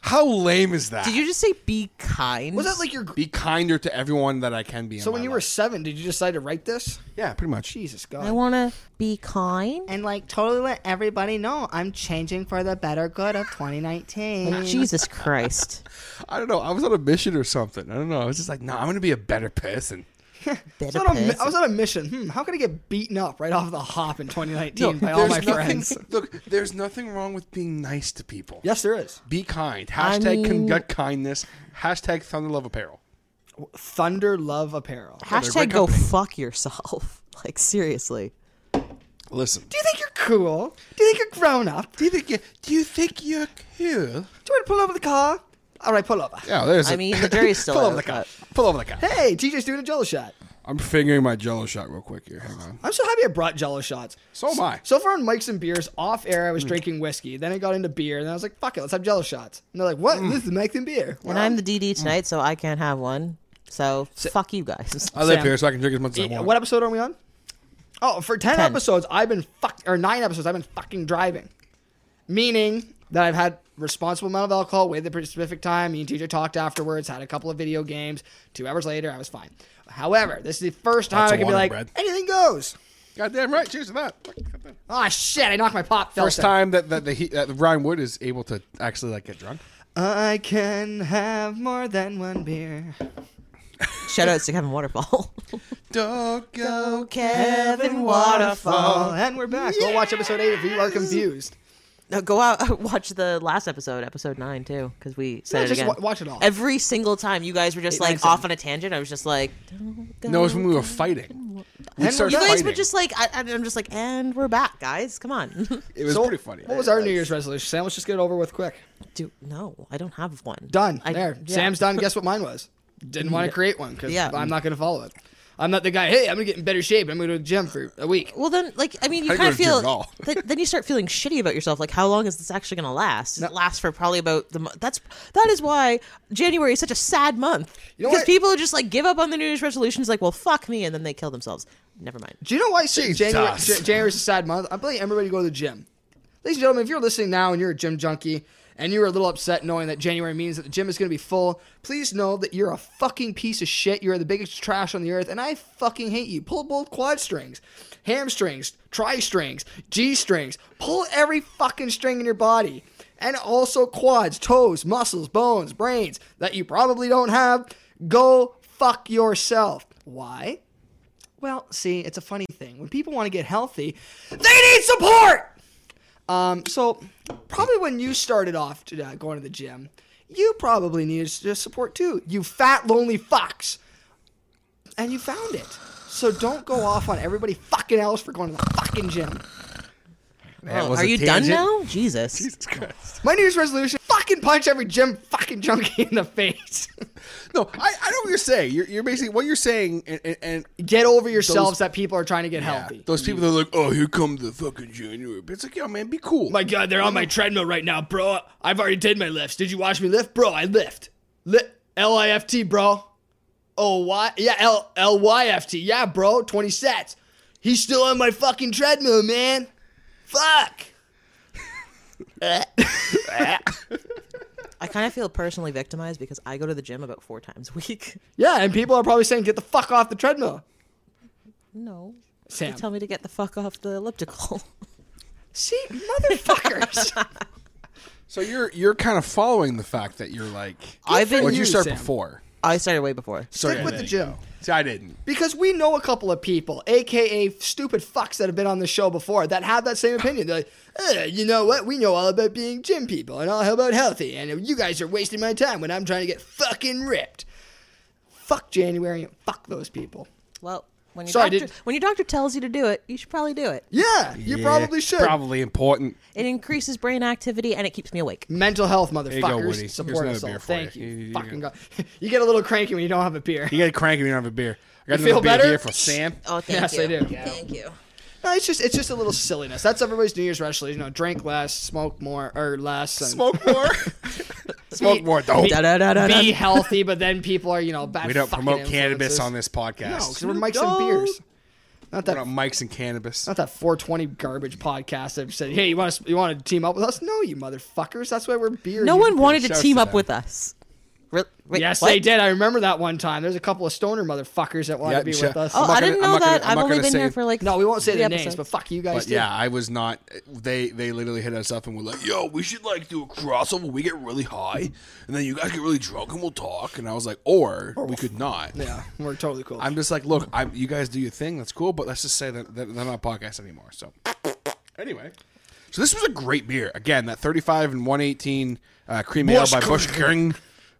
Speaker 6: How lame is that?
Speaker 8: Did you just say be kind?
Speaker 3: Was that like your?
Speaker 6: be kinder to everyone that I can be. in
Speaker 3: So when
Speaker 6: my
Speaker 3: you were
Speaker 6: life.
Speaker 3: seven, did you decide to write this?
Speaker 6: yeah, pretty much.
Speaker 3: Jesus
Speaker 8: I
Speaker 3: God.
Speaker 8: want to be kind?
Speaker 9: and like totally let everybody know I'm changing for the better good of 2019.
Speaker 8: Like, (laughs) Jesus Christ.
Speaker 6: I don't know. I was on a mission or something. I don't know. I was just like, no, nah, I'm gonna be a better person.
Speaker 8: (laughs) Bit
Speaker 3: I
Speaker 8: of
Speaker 3: was, on a, mi-
Speaker 8: piss.
Speaker 3: I was on a mission. Hmm, how can I get beaten up right off the hop in 2019 by all
Speaker 6: there's
Speaker 3: my
Speaker 6: nothing,
Speaker 3: friends?
Speaker 6: (laughs) Look, there's nothing wrong with being nice to people.
Speaker 3: Yes, there is.
Speaker 6: Be kind. Hashtag
Speaker 8: mean-
Speaker 6: conduct kindness. Hashtag thunder love apparel.
Speaker 3: Thunder Love Apparel.
Speaker 8: Hashtag go fuck yourself. (laughs) Like, seriously.
Speaker 6: Listen.
Speaker 3: Do you think you're cool? Do you think you're grown up? Do
Speaker 6: Do you think you, do you think you're cool?
Speaker 3: you want to pull over the car? All right, pull over.
Speaker 6: Yeah, there's.
Speaker 8: I
Speaker 6: it.
Speaker 8: mean, the (laughs) jury's still
Speaker 6: pull over
Speaker 8: out,
Speaker 6: the car.
Speaker 8: but-
Speaker 6: Pull over the car.
Speaker 3: Hey, TJ's doing a Jello shot.
Speaker 6: I'm fingering my Jello shot real quick here. Hang on.
Speaker 3: I'm so happy I brought Jello shots.
Speaker 6: So am I.
Speaker 3: So far on Mike's and Beers, off air, I
Speaker 6: Hmm.
Speaker 3: was drinking whiskey. Then I got into beer, and I was like, fuck it, let's have Jello shots. And they're like, what?
Speaker 6: Hmm.
Speaker 3: This is Mike's and Beer.
Speaker 8: And I'm the DD tonight, so I can't have one. So, Uh, fuck you (laughs) guys.
Speaker 6: I live
Speaker 3: Sam.
Speaker 6: here, so I can drink as much as I
Speaker 3: Yeah,
Speaker 6: want.
Speaker 3: What episode are we on? Oh, for 10,
Speaker 8: 10.
Speaker 3: episodes, I've been fuck or nine episodes, I've been fucking driving. Meaning that I've had responsible amount of alcohol, waited the specific time. Me and TJ talked afterwards, had a couple of video games. Two hours later, I was fine. However, this is the first time
Speaker 6: Lots
Speaker 3: I
Speaker 6: of
Speaker 3: can be
Speaker 6: water,
Speaker 3: like,
Speaker 6: Brad.
Speaker 3: anything goes.
Speaker 6: Goddamn right. Cheers to that.
Speaker 3: Ah, shit, I knocked my pop filter.
Speaker 6: First time that that the he, that Ryan Wood is able to actually like get drunk.
Speaker 3: I can have more than one beer.
Speaker 8: Shout outs to Kevin Waterfall.
Speaker 6: Don't go.
Speaker 8: Kevin
Speaker 3: Oh, and we're back. Go watch episode 8 if you are confused.
Speaker 8: No, go out (laughs) watch the last episode, episode nine too, because we said
Speaker 3: No,
Speaker 8: it
Speaker 3: just
Speaker 8: again.
Speaker 3: wa- watch it all.
Speaker 8: Every single time you guys were just
Speaker 3: Eight, nine,
Speaker 8: like
Speaker 3: seven.
Speaker 8: off on a tangent, I was just like, "Don't go."
Speaker 6: No, it's when we were fighting. We
Speaker 3: And
Speaker 6: started
Speaker 8: you guys
Speaker 6: fighting.
Speaker 8: were just like, I, I- I'm just like, and we're back, guys. Come on. (laughs)
Speaker 6: it was
Speaker 3: So,
Speaker 6: pretty funny.
Speaker 3: What was our New Year's resolution? Sam, let's just get it over with quick.
Speaker 8: Do no, I don't have one.
Speaker 3: Done.
Speaker 8: I,
Speaker 3: there.
Speaker 8: yeah.
Speaker 3: Sam's done. Guess what mine
Speaker 8: (laughs)
Speaker 3: was? Didn't want to create one because
Speaker 8: Yeah.
Speaker 3: I'm not going to follow it. I'm not the guy. Hey, I'm gonna get in better shape. I'm gonna go to the gym for a week.
Speaker 8: Well, then, like, I mean, you
Speaker 6: I didn't
Speaker 8: kind of
Speaker 6: go to the gym at
Speaker 8: (laughs) feel
Speaker 6: all.
Speaker 8: th- then you start feeling shitty about yourself. Like, how long is this actually going to last? Does it last for probably about the month? That's that is why January is such a sad month
Speaker 3: know
Speaker 8: because
Speaker 3: what?
Speaker 8: people just like give up on the New Year's resolutions. Like, well, fuck me, and then they kill themselves. Never mind.
Speaker 3: Do you know why January
Speaker 6: Jesus.
Speaker 3: J- January's a sad month? I'm telling everybody to go to the gym. Ladies and gentlemen, if you're listening now and you're a gym junkie and you're a little upset knowing that January means that the gym is gonna be full, please know that you're a fucking piece of shit. You're the biggest trash on the earth, and I fucking hate you. Pull both quad strings, hamstrings, tri strings, G strings. Pull every fucking string in your body. and also quads, toes, muscles, bones, brains that you probably don't have, go fuck yourself. Why? Well, see, it's a funny thing. When people want to get healthy, they need support. Um, so probably when you started off to, uh, going to the gym, you probably needed s- just support too. You fat lonely fucks, and you found it. So don't go off on everybody fucking else for going to the fucking gym.
Speaker 6: That
Speaker 8: Oh,
Speaker 6: was
Speaker 8: are
Speaker 6: a
Speaker 8: you
Speaker 6: tangent.
Speaker 8: done now? (laughs) Jesus.
Speaker 6: Jesus Christ.
Speaker 3: My New Year's resolution: fucking punch every gym fucking junkie in the face. (laughs)
Speaker 6: No, I, I know what you're saying. You're, you're basically what you're saying, and, and, and
Speaker 3: Get over yourselves that people are trying to get
Speaker 6: yeah,
Speaker 3: healthy.
Speaker 6: those people that are like, oh, here come the fucking January. But it's like, yo, man, be cool.
Speaker 3: My God, they're on my treadmill right now, bro. I've already did my lifts. Did you watch me lift, bro? I lift. Li- L I F T, bro. Oh why? Yeah, L L Y F T. Yeah, bro. Twenty sets. He's still on my fucking treadmill, man. Fuck.
Speaker 8: I kind of feel personally victimized because I go to the gym about four times a week. (laughs)
Speaker 3: Yeah, and people are probably saying, "Get the fuck off the treadmill."
Speaker 8: No.
Speaker 3: Sam.
Speaker 8: They tell me to (laughs) get the fuck off the elliptical.
Speaker 3: See, motherfuckers.
Speaker 6: So you're you're kind of following the fact that you're like
Speaker 8: I've been.
Speaker 6: what you
Speaker 3: you,
Speaker 6: start
Speaker 3: Sam.
Speaker 6: before.
Speaker 8: I started way before.
Speaker 6: Sorry,
Speaker 3: Stick
Speaker 6: I
Speaker 3: with the
Speaker 6: didn't.
Speaker 3: gym.
Speaker 6: See, I didn't.
Speaker 3: Because we know a couple of people, aka stupid fucks that have been on the show before, that have that same opinion. They're like, "Eh, you know what? We know all about being gym people and all about healthy, and you guys are wasting my time when I'm trying to get fucking ripped. Fuck January and fuck those people.
Speaker 8: Well, when your
Speaker 3: Sorry,
Speaker 8: doctor
Speaker 3: did-
Speaker 8: when your doctor tells you to do it, you should probably do it.
Speaker 3: Yeah, you
Speaker 6: Yeah,
Speaker 3: probably should.
Speaker 6: Probably important.
Speaker 8: It increases brain activity and it keeps me awake.
Speaker 3: Mental health,
Speaker 6: you go,
Speaker 3: motherfuckers.
Speaker 6: Woody.
Speaker 3: Support
Speaker 6: Here's
Speaker 3: us
Speaker 6: another
Speaker 3: all.
Speaker 6: beer for
Speaker 3: Thank
Speaker 6: you.
Speaker 3: you.
Speaker 6: You- you
Speaker 3: fucking
Speaker 6: go.
Speaker 3: God. (laughs) You get a little cranky when you don't have a beer. (laughs)
Speaker 6: You got cranky when you don't have a beer. I got
Speaker 3: You feel
Speaker 6: another beer
Speaker 3: better?
Speaker 6: here for Sam.
Speaker 8: Oh, thank
Speaker 3: Yes,
Speaker 8: you.
Speaker 3: I do.
Speaker 8: Thank you.
Speaker 3: No, it's just it's just a little silliness. That's everybody's New Year's resolution. You know, drink less, smoke more, or less. and-
Speaker 6: (laughs) Smoke more. (laughs) Smoke more. Don't.
Speaker 8: Da, da, da, da, da.
Speaker 3: be healthy, but then people are, you know, bad.
Speaker 6: We don't
Speaker 3: fucking
Speaker 6: promote cannabis
Speaker 3: influences.
Speaker 6: on this
Speaker 3: No,
Speaker 6: podcast.
Speaker 3: 'cause we're mics and beers. Not
Speaker 6: We're
Speaker 3: that, not
Speaker 6: not mics and cannabis.
Speaker 3: that 420 garbage podcast that said, "Hey, you want to you want to team up with us?" No, you motherfuckers. That's why we're beer.
Speaker 8: No
Speaker 3: you-
Speaker 8: one wanted
Speaker 6: Shouts
Speaker 8: to team
Speaker 6: to
Speaker 8: up
Speaker 6: them.
Speaker 8: with us. Re- wait,
Speaker 3: Yes,
Speaker 8: what?
Speaker 3: they did. I remember that one time. There's a couple of stoner motherfuckers that wanted
Speaker 6: Yeah,
Speaker 3: to be
Speaker 6: sure.
Speaker 3: with us.
Speaker 8: Oh,
Speaker 6: I'm not
Speaker 8: I
Speaker 6: gonna-
Speaker 8: didn't
Speaker 6: I'm
Speaker 8: know
Speaker 6: not gonna-
Speaker 8: that.
Speaker 6: I'm
Speaker 8: I've
Speaker 6: not
Speaker 8: only
Speaker 6: gonna
Speaker 8: been
Speaker 6: say-
Speaker 8: here for like
Speaker 3: no, we won't say
Speaker 8: three
Speaker 3: their
Speaker 8: episodes.
Speaker 3: names, but fuck you guys.
Speaker 6: But
Speaker 3: did.
Speaker 6: yeah, I was not. They they literally hit us up and were like, "Yo, we should like do a crossover. We get really high, and then you guys get really drunk, and we'll talk." And I was like, "Or, we could not."
Speaker 3: yeah, we're totally cool.
Speaker 6: I'm just like, "Look, I'm, you guys do your thing. That's cool, but let's just say that, that they're not podcasts anymore." So anyway, so this was a great beer. Again, that 35 and 118 uh, cream ale by Bush Kung.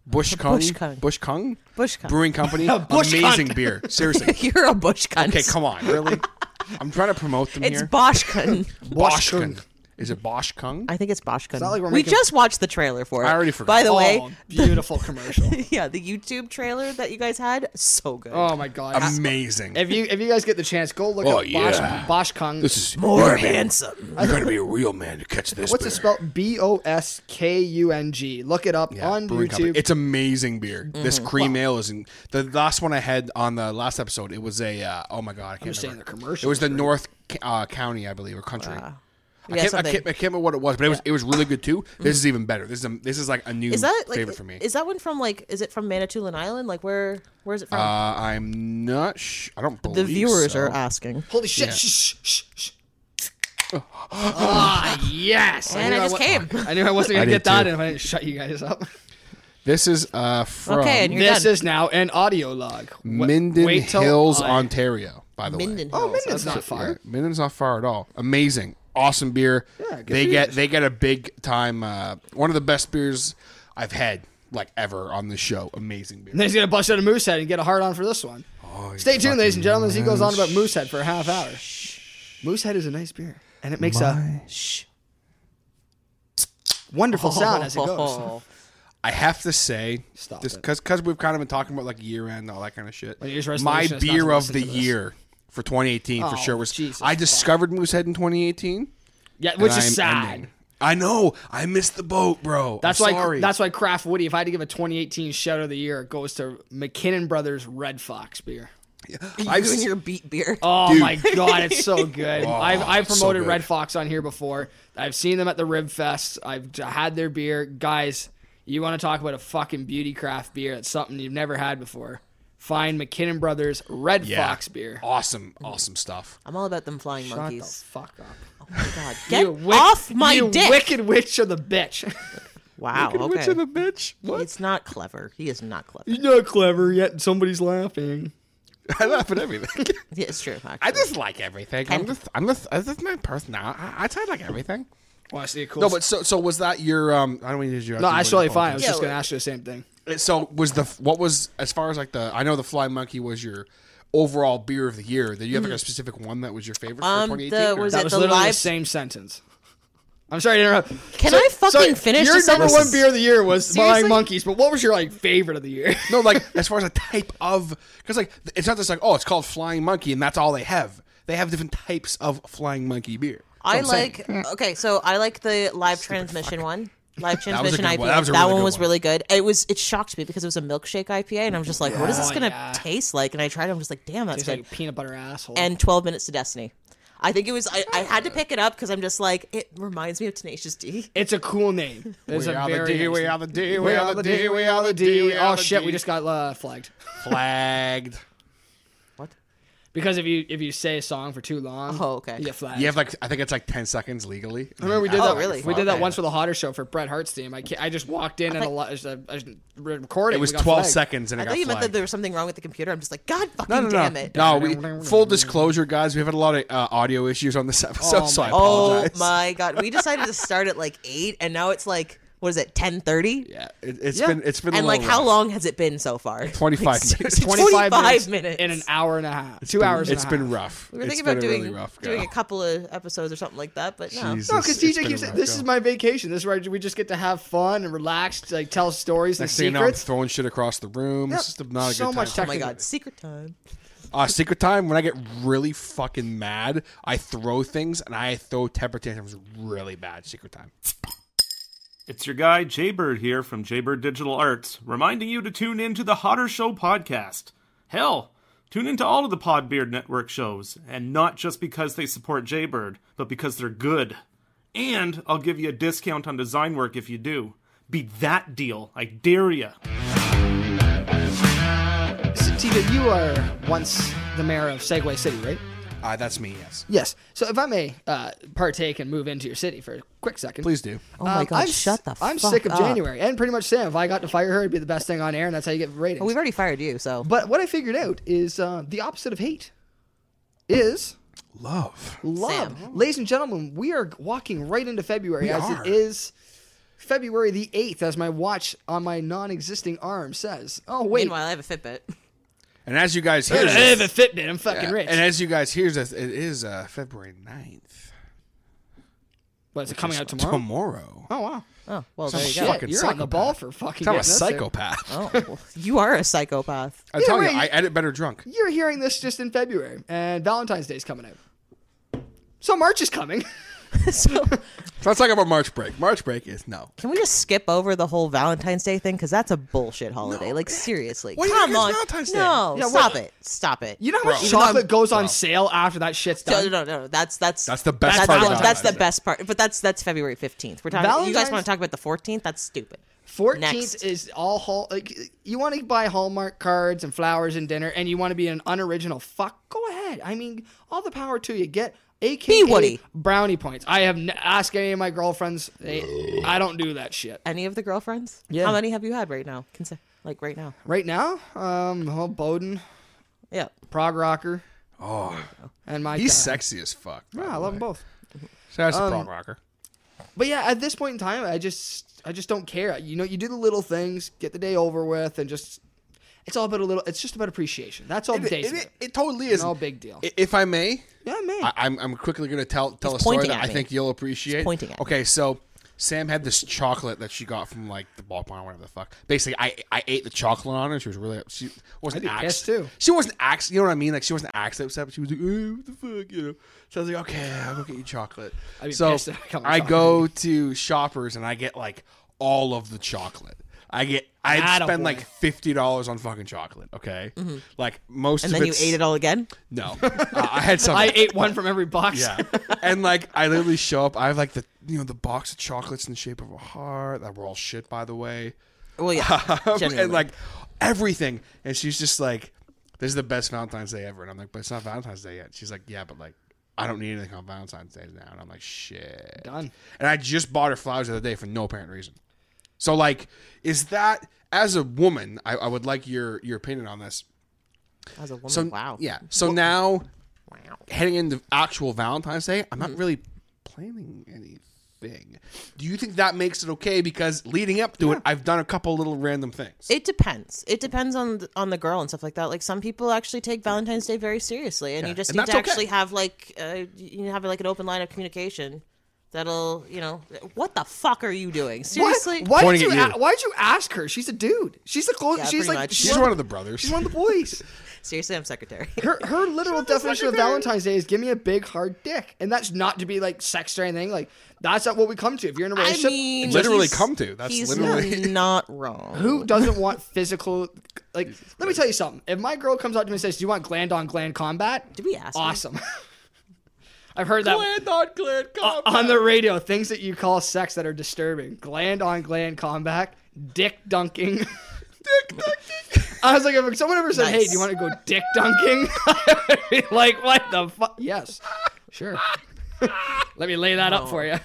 Speaker 6: Bush Kung,
Speaker 8: Bush Kung.
Speaker 6: Bush Kung,
Speaker 8: Bush Kung.
Speaker 6: Brewing Company,
Speaker 3: Bush
Speaker 6: amazing
Speaker 3: Kung.
Speaker 6: beer. Seriously,
Speaker 8: (laughs) (laughs) You're a bush cunt.
Speaker 6: okay, come on, really? I'm trying to promote them
Speaker 8: It's
Speaker 6: here. (laughs)
Speaker 8: Bosch cunt.
Speaker 6: Bosch Kung. Is it Bosch Kung?
Speaker 8: I think it's Bosch cunt.
Speaker 3: like we're
Speaker 8: we
Speaker 3: making-
Speaker 8: just watched the trailer for it.
Speaker 6: I already forgot.
Speaker 8: By the
Speaker 3: oh,
Speaker 8: way,
Speaker 3: beautiful (laughs) commercial.
Speaker 8: (laughs) yeah, the YouTube trailer that you guys had, so good.
Speaker 3: Oh my god.
Speaker 6: Amazing.
Speaker 3: if you if you guys get the chance, go look
Speaker 6: Oh,
Speaker 3: up
Speaker 6: yeah.
Speaker 3: Bosch, Bosch Kung.
Speaker 6: this is
Speaker 8: More
Speaker 6: you're gonna be-
Speaker 8: handsome.
Speaker 6: You're gonna be a real man to catch this.
Speaker 3: What's
Speaker 6: beer.
Speaker 3: it spelled? B O S K U N G. Look it up
Speaker 6: Yeah,
Speaker 3: on
Speaker 6: brewing
Speaker 3: YouTube.
Speaker 6: company. It's amazing beer. This
Speaker 8: Mm-hmm.
Speaker 6: cream ale is in, the last one I had on the last episode. It was a uh, oh my god, I can't
Speaker 3: just saying
Speaker 6: remember.
Speaker 3: the commercial
Speaker 6: It was the
Speaker 3: was great.
Speaker 6: North uh, County, I believe, or country. I,
Speaker 8: Yeah,
Speaker 6: can't, I,
Speaker 8: something. Mm.
Speaker 6: can't, I can't remember what it was, but it was it was really good too. This is even better. This is a, this is like a new
Speaker 8: Is that like
Speaker 6: favorite for me.
Speaker 8: Is that one from like? Is it from Manitoulin Island? Like where? Where is it from?
Speaker 6: uh, I'm not. Sh- I don't believe
Speaker 8: the viewers
Speaker 6: so.
Speaker 8: are asking.
Speaker 3: Holy shit. Shh, shh, shh,
Speaker 8: (laughs)
Speaker 3: shh. Ah, yes.
Speaker 8: And
Speaker 3: knew
Speaker 8: I just
Speaker 3: wa-
Speaker 8: came.
Speaker 3: (laughs) I knew I wasn't
Speaker 6: I
Speaker 3: going to get
Speaker 6: did
Speaker 3: that
Speaker 6: too.
Speaker 3: in if I didn't shut you guys up.
Speaker 6: This is uh, from
Speaker 8: Okay, and (laughs) you're
Speaker 3: this
Speaker 8: done.
Speaker 3: is now an audio log. Wh-
Speaker 6: Minden
Speaker 3: wait till
Speaker 6: Hills,
Speaker 3: I-
Speaker 6: Ontario. By the way,
Speaker 8: Minden
Speaker 3: Oh,
Speaker 8: Hills.
Speaker 3: Minden's not far.
Speaker 6: Yeah, Minden's not far at all. Amazing, awesome beer.
Speaker 3: good
Speaker 6: they
Speaker 3: for you
Speaker 6: get
Speaker 3: guys.
Speaker 6: they get a big time. Uh, one of the best beers I've had like ever on this show. Amazing
Speaker 3: And then
Speaker 6: beer.
Speaker 3: he's going to bust out a moose head and get a hard on for this one.
Speaker 6: Oh,
Speaker 3: Stay tuned, ladies and gentlemen, as he goes on about moose head for a half hour. Moose head is a nice beer, and it makes a
Speaker 8: Shh.
Speaker 3: wonderful sound
Speaker 6: (laughs)
Speaker 3: as it
Speaker 6: Oh.
Speaker 8: Oh.
Speaker 3: goes.
Speaker 6: I have to say,
Speaker 3: Stop it.
Speaker 6: because because we've kind of been talking about like year end all that kind of shit.
Speaker 3: Well, your resolution
Speaker 6: My
Speaker 3: is not to
Speaker 6: beer of
Speaker 3: listen
Speaker 6: the
Speaker 3: to this.
Speaker 6: year for 2018
Speaker 3: Oh,
Speaker 6: for sure was
Speaker 3: Jesus
Speaker 6: I
Speaker 3: fuck.
Speaker 6: discovered Moosehead in 2018,
Speaker 3: Yeah, which
Speaker 6: and
Speaker 3: is
Speaker 6: I'm
Speaker 3: sad.
Speaker 6: ending. I know. I missed the boat, bro.
Speaker 3: That's
Speaker 6: I'm
Speaker 3: why.
Speaker 6: Sorry.
Speaker 3: That's why Craft Woody. If I had to give a 2018 shout of the year, it goes to McKinnon Brothers Red Fox beer.
Speaker 6: I've
Speaker 8: You and
Speaker 6: s-
Speaker 8: your beat beer.
Speaker 3: Oh my god, it's
Speaker 6: (laughs)
Speaker 3: so good. I've I've
Speaker 6: Oh, so
Speaker 3: promoted
Speaker 6: good.
Speaker 3: Red Fox on here before. I've seen them at the Rib Fest. I've j- had their beer, guys. You want to talk about a fucking beauty craft beer? That's something you've never had before. Find McKinnon Brothers Red
Speaker 6: yeah.
Speaker 3: Fox beer.
Speaker 6: Awesome, awesome stuff.
Speaker 8: I'm all about them flying
Speaker 3: Shut the
Speaker 8: monkeys.
Speaker 3: fuck up!
Speaker 8: Oh
Speaker 6: (laughs)
Speaker 8: my god. Get
Speaker 3: You wick-
Speaker 8: off my
Speaker 3: you
Speaker 8: dick.
Speaker 3: wicked witch of the bitch.
Speaker 8: Wow. Okay.
Speaker 6: bitch.
Speaker 8: He's not clever. He is not clever.
Speaker 3: You're not clever yet. Somebody's laughing.
Speaker 6: (laughs) I laugh at everything.
Speaker 8: Yeah, it's true. Actually.
Speaker 6: I just like everything. I'm just, I'm just, I'm just my personality. I, I try to like everything.
Speaker 3: Want to see a cool?
Speaker 6: No, but so, so was that your? Um, I don't mean to interrupt you.
Speaker 3: no, that's totally fine. I was
Speaker 8: Yeah,
Speaker 3: just gonna
Speaker 8: wait.
Speaker 3: ask you the same thing.
Speaker 6: So was the what was as far as like the? I know the Fly Monkey was your overall beer of the year. Did you have like a specific one that was your favorite
Speaker 8: Mm. Um,
Speaker 6: for
Speaker 8: the-
Speaker 6: 2018?
Speaker 8: was
Speaker 6: or-
Speaker 8: it-
Speaker 3: That was
Speaker 8: the
Speaker 3: literally the
Speaker 8: live-
Speaker 3: same sentence. I'm sorry to interrupt.
Speaker 8: Can I fucking finish
Speaker 3: Your
Speaker 8: this
Speaker 3: number one
Speaker 8: sentence?
Speaker 3: beer of the year was
Speaker 8: Seriously?
Speaker 3: Flying Monkeys, but what was your like favorite of the year? (laughs)
Speaker 6: no, like as far as a type of because like it's not just like oh it's called Flying Monkey and that's all they have. They have different types of Flying Monkey beer.
Speaker 8: I
Speaker 6: That's what I'm
Speaker 8: like. Okay, so I like the live
Speaker 6: (laughs)
Speaker 8: transmission one. Live
Speaker 6: was a
Speaker 8: transmission
Speaker 6: good
Speaker 8: IPA.
Speaker 6: one.
Speaker 8: That,
Speaker 6: That was a really
Speaker 8: one
Speaker 6: good
Speaker 8: was
Speaker 6: one.
Speaker 8: really good. It was. It shocked me because it was a milkshake IPA, and I'm just like, what is
Speaker 6: Oh,
Speaker 8: this gonna taste like? And I tried. it, I'm just like, damn, that's
Speaker 3: It's
Speaker 8: good.
Speaker 3: like peanut butter asshole.
Speaker 8: and 12 minutes to destiny i think it was i, I had to pick it up because i'm just like it reminds me of tenacious d
Speaker 3: it's a cool name. It's
Speaker 6: We
Speaker 3: a
Speaker 6: are the
Speaker 3: very
Speaker 6: D,
Speaker 3: nice
Speaker 6: we
Speaker 3: name.
Speaker 6: are the D, we are the D, we are the D, we
Speaker 3: Oh
Speaker 6: are the
Speaker 3: shit, we
Speaker 6: D.
Speaker 3: just got uh, flagged.
Speaker 6: flagged.
Speaker 8: what
Speaker 3: Because if you if you say a song for too long,
Speaker 8: Oh, okay.
Speaker 3: you get flagged.
Speaker 6: You have like I think it's like ten seconds legally.
Speaker 3: I remember we did
Speaker 8: Oh,
Speaker 3: that.
Speaker 8: really?
Speaker 3: We did that
Speaker 8: Okay.
Speaker 3: once for the hotter show for Bret Hart's theme. I ca- I just walked in and a lot I recorded.
Speaker 6: It was twelve seconds and
Speaker 8: I
Speaker 6: it
Speaker 8: thought
Speaker 6: got
Speaker 8: you meant that
Speaker 6: flagged.
Speaker 8: there was something wrong with the computer. I'm just like, God fucking
Speaker 6: No, no,
Speaker 8: damn
Speaker 6: no,
Speaker 8: it.
Speaker 6: no. We, full disclosure, guys, we've had a lot of uh, audio issues on this episode, so I
Speaker 8: Oh
Speaker 6: apologize.
Speaker 8: my God. We decided to start at like 8, and now it's like, what is it, 10.30?
Speaker 6: Yeah, it, it's
Speaker 3: Yeah.
Speaker 6: been it's been a
Speaker 8: And like,
Speaker 6: little
Speaker 8: how
Speaker 6: rough.
Speaker 8: long has it been
Speaker 6: (laughs)
Speaker 8: so far?
Speaker 6: 25 minutes.
Speaker 3: Twenty five
Speaker 8: 25
Speaker 3: minutes,
Speaker 8: minutes.
Speaker 3: in an hour and a half, two hours.
Speaker 6: It's
Speaker 3: and a half.
Speaker 6: been rough.
Speaker 8: We were
Speaker 6: It's
Speaker 8: thinking
Speaker 6: been
Speaker 8: about
Speaker 6: a
Speaker 8: doing,
Speaker 6: really rough. go.
Speaker 8: doing a couple of episodes or something like that, but no.
Speaker 6: Jesus,
Speaker 3: No, because
Speaker 6: it's
Speaker 3: TJ
Speaker 6: been
Speaker 3: keeps
Speaker 6: a
Speaker 3: saying,
Speaker 6: rough
Speaker 3: "This
Speaker 6: go.
Speaker 3: is my vacation. This is where we just get to have fun and relax, like tell stories
Speaker 6: Next thing you
Speaker 3: and
Speaker 6: know, I'm
Speaker 3: secrets."
Speaker 6: throwing shit across the room. It's just not a
Speaker 3: so
Speaker 6: good
Speaker 3: much
Speaker 6: time.
Speaker 8: Oh my
Speaker 3: technical-
Speaker 8: God. Secret time.
Speaker 6: Uh, secret time, when I get really fucking mad, I throw things and I throw temper tantrums really bad. Secret time.
Speaker 10: It's your guy Jaybird here from Jaybird Digital Arts, reminding you to tune in to the Hotter Show podcast. Hell, tune into all of the Podbeard Network shows, and not just because they support Jaybird, but because they're good. And I'll give you a discount on design work if you do. Beat that deal, I dare ya.
Speaker 3: So, TJ, you are once the mayor of Segway City, right?
Speaker 6: Uh, that's me, yes.
Speaker 3: Yes. So, if I may uh, partake and move into your city for a quick second,
Speaker 6: Please do.
Speaker 8: Oh my
Speaker 3: Um,
Speaker 8: God.
Speaker 3: I'm,
Speaker 8: shut the
Speaker 3: s-
Speaker 8: fuck
Speaker 3: I'm sick of
Speaker 8: up.
Speaker 3: January, and pretty much Sam. If I got to fire her, it'd be the best thing on air, and that's how you get ratings.
Speaker 8: Well, we've already fired you, so.
Speaker 3: but what I figured out is uh, the opposite of hate is
Speaker 6: Love.
Speaker 3: love.
Speaker 8: Sam.
Speaker 3: Ladies and gentlemen, we are walking right into February as
Speaker 6: are.
Speaker 3: it is February the 8th, as my watch on my non existing arm says. Oh, wait.
Speaker 8: Meanwhile, I have a Fitbit.
Speaker 6: And as you guys hear
Speaker 3: I
Speaker 6: this,
Speaker 3: have a Fitbit. I'm fucking rich.
Speaker 6: and as you guys hear this, it is uh, February 9th.
Speaker 3: What's it coming out tomorrow?
Speaker 6: Tomorrow.
Speaker 3: Oh, wow.
Speaker 8: Oh, well, there you
Speaker 3: Shit,
Speaker 8: go.
Speaker 3: you're
Speaker 6: fucking
Speaker 3: on the ball for fucking
Speaker 6: I'm a
Speaker 3: getting us there.
Speaker 6: psychopath.
Speaker 8: Oh, well, you are a (laughs) psychopath.
Speaker 6: I'm telling
Speaker 3: way,
Speaker 6: you, I edit better drunk.
Speaker 3: You're hearing this just in February, and Valentine's Day's coming out. So March is coming. (laughs)
Speaker 8: so,
Speaker 6: So let's talk about March break. March break is no.
Speaker 8: can we just skip over the whole Valentine's Day thing? Because that's a bullshit holiday. like, seriously.
Speaker 6: What do you
Speaker 8: Come
Speaker 6: think it's
Speaker 8: on.
Speaker 6: Valentine's Day?
Speaker 8: No,
Speaker 3: Yeah,
Speaker 8: stop
Speaker 3: what-
Speaker 8: it. Stop it.
Speaker 3: You know how much
Speaker 6: Bro.
Speaker 3: chocolate goes on
Speaker 6: Bro.
Speaker 3: sale after that shit's
Speaker 8: No,
Speaker 3: done?
Speaker 8: no, no, no. That's that's
Speaker 6: That's the best
Speaker 8: that's
Speaker 6: part
Speaker 8: the-
Speaker 6: of
Speaker 8: that's the
Speaker 6: Valentine's Day.
Speaker 8: best part. But that's that's February fifteenth. We're talking. you guys
Speaker 3: Valentine's-
Speaker 8: want to talk about the fourteenth? That's stupid.
Speaker 3: 14th
Speaker 8: Next.
Speaker 3: is all hall. Like, you want to buy Hallmark cards and flowers and dinner, and you want to be an unoriginal fuck. Go ahead. I mean, all the power to you. Get AKA
Speaker 8: Be Woody.
Speaker 3: brownie points. I have n- asked any of my girlfriends. They, I don't do that shit
Speaker 8: Any of the girlfriends?
Speaker 3: Yeah.
Speaker 8: How many have you had right now? Consi- like right now?
Speaker 3: right now. Um, well, Bowden,
Speaker 8: Yeah.
Speaker 3: prog rocker,
Speaker 6: Oh,
Speaker 3: and my.
Speaker 6: he's
Speaker 3: guy.
Speaker 6: sexy as fuck. by
Speaker 3: Yeah, I
Speaker 6: the
Speaker 3: love them
Speaker 6: way.
Speaker 3: both.
Speaker 6: Shout out to Prog Rocker.
Speaker 3: But yeah, at this point in time, I just I just don't care. You know, you do the little things, get the day over with, and just it's all about a little. It's just about appreciation. That's all the
Speaker 6: It,
Speaker 3: day's
Speaker 6: it,
Speaker 3: about.
Speaker 6: it, it totally is.
Speaker 3: No big deal.
Speaker 6: I- If I may,
Speaker 3: yeah, man.
Speaker 6: I, I'm, I'm quickly going to tell tell a
Speaker 8: He's
Speaker 6: story
Speaker 8: pointing
Speaker 6: that
Speaker 8: at
Speaker 6: I
Speaker 8: me.
Speaker 6: think you'll appreciate.
Speaker 8: pointing at me.
Speaker 6: okay, so Sam had this chocolate that she got from like the ballpark or whatever the fuck. Basically, I I ate the chocolate on her. She was really up- she wasn't
Speaker 3: I'd be pissed,
Speaker 6: axed
Speaker 3: too.
Speaker 6: She wasn't axed. You know what I mean? Like she wasn't axed upset, but she was like, eh, what the fuck, you know. So I was like, okay, I'll go get you chocolate.
Speaker 3: I'd be
Speaker 6: so
Speaker 3: pissed if I got my
Speaker 6: I
Speaker 3: chocolate.
Speaker 6: go to Shoppers and I get like all of the chocolate. I get I
Speaker 3: Atta
Speaker 6: spend
Speaker 3: boy.
Speaker 6: like fifty dollars on fucking chocolate. Okay, like most
Speaker 8: Mm-hmm. And
Speaker 6: of
Speaker 8: then you
Speaker 6: it's-
Speaker 8: ate it all again.
Speaker 6: No, Uh, (laughs) I had
Speaker 3: (laughs)
Speaker 6: some.
Speaker 3: I ate one from every box. (laughs)
Speaker 6: (laughs) Yeah. and like I literally show up, I have like the you know, the box of chocolates in the shape of a heart that were all shit by
Speaker 3: (laughs)
Speaker 6: the way.
Speaker 8: Well, yeah.
Speaker 6: and
Speaker 8: generally.
Speaker 6: like everything. And she's just like, This is the best Valentine's Day ever. And I'm like, But it's not Valentine's Day yet. She's like, Yeah, but like I don't need anything on Valentine's Day now. And I'm like, shit.
Speaker 3: Done.
Speaker 6: And I just bought her flowers the other day for no apparent reason. So like, is that as a woman, I, I would like your your opinion on this.
Speaker 8: as a woman.
Speaker 6: So
Speaker 8: wow.
Speaker 6: yeah. So now, heading into actual Valentine's Day, I'm
Speaker 3: Mm-hmm.
Speaker 6: not really planning anything. Do you think that makes it okay? Because leading up to it, I've done a couple little random things.
Speaker 8: It depends. It depends on the, on the girl and stuff like that. Like some people actually take Valentine's Day very seriously, and you just
Speaker 6: and
Speaker 8: need to
Speaker 6: that's okay.
Speaker 8: actually have like uh, you have like an open line of communication. That'll you know what the fuck are you doing
Speaker 3: What?
Speaker 8: seriously?
Speaker 3: Why did you,
Speaker 6: Pointing at
Speaker 3: a-
Speaker 6: you.
Speaker 3: why'd you ask her? She's a dude. She's the close.
Speaker 8: Yeah,
Speaker 3: she's
Speaker 8: pretty
Speaker 3: like
Speaker 8: much.
Speaker 6: She's one of the brothers.
Speaker 3: she's one of the boys.
Speaker 8: Seriously, I'm secretary.
Speaker 3: Her her literal definition of Valentine's Day is give me a big hard dick, and that's not to be like sex or anything. Like that's not what we come to. If you're in a
Speaker 8: (laughs) I
Speaker 3: relationship,
Speaker 8: mean,
Speaker 6: Literally
Speaker 8: he's-
Speaker 6: come to. That's
Speaker 8: he's
Speaker 6: literally-
Speaker 8: not wrong.
Speaker 3: Who doesn't want physical? Like, let me tell you something. If my girl comes up to me and says, "Do you want gland on gland combat?"
Speaker 8: Did we ask her?
Speaker 3: Awesome. (laughs) I've heard that
Speaker 6: on clear combat.
Speaker 3: on the radio. Things that you call sex that are (laughs) disturbing: gland on gland combat, dick dunking. I was like, if someone ever said, "Hey, do
Speaker 9: Nice.
Speaker 3: you want to go dick dunking?" (laughs) I would be like, what the fuck? Yes, sure. Let me lay that up for you. (laughs)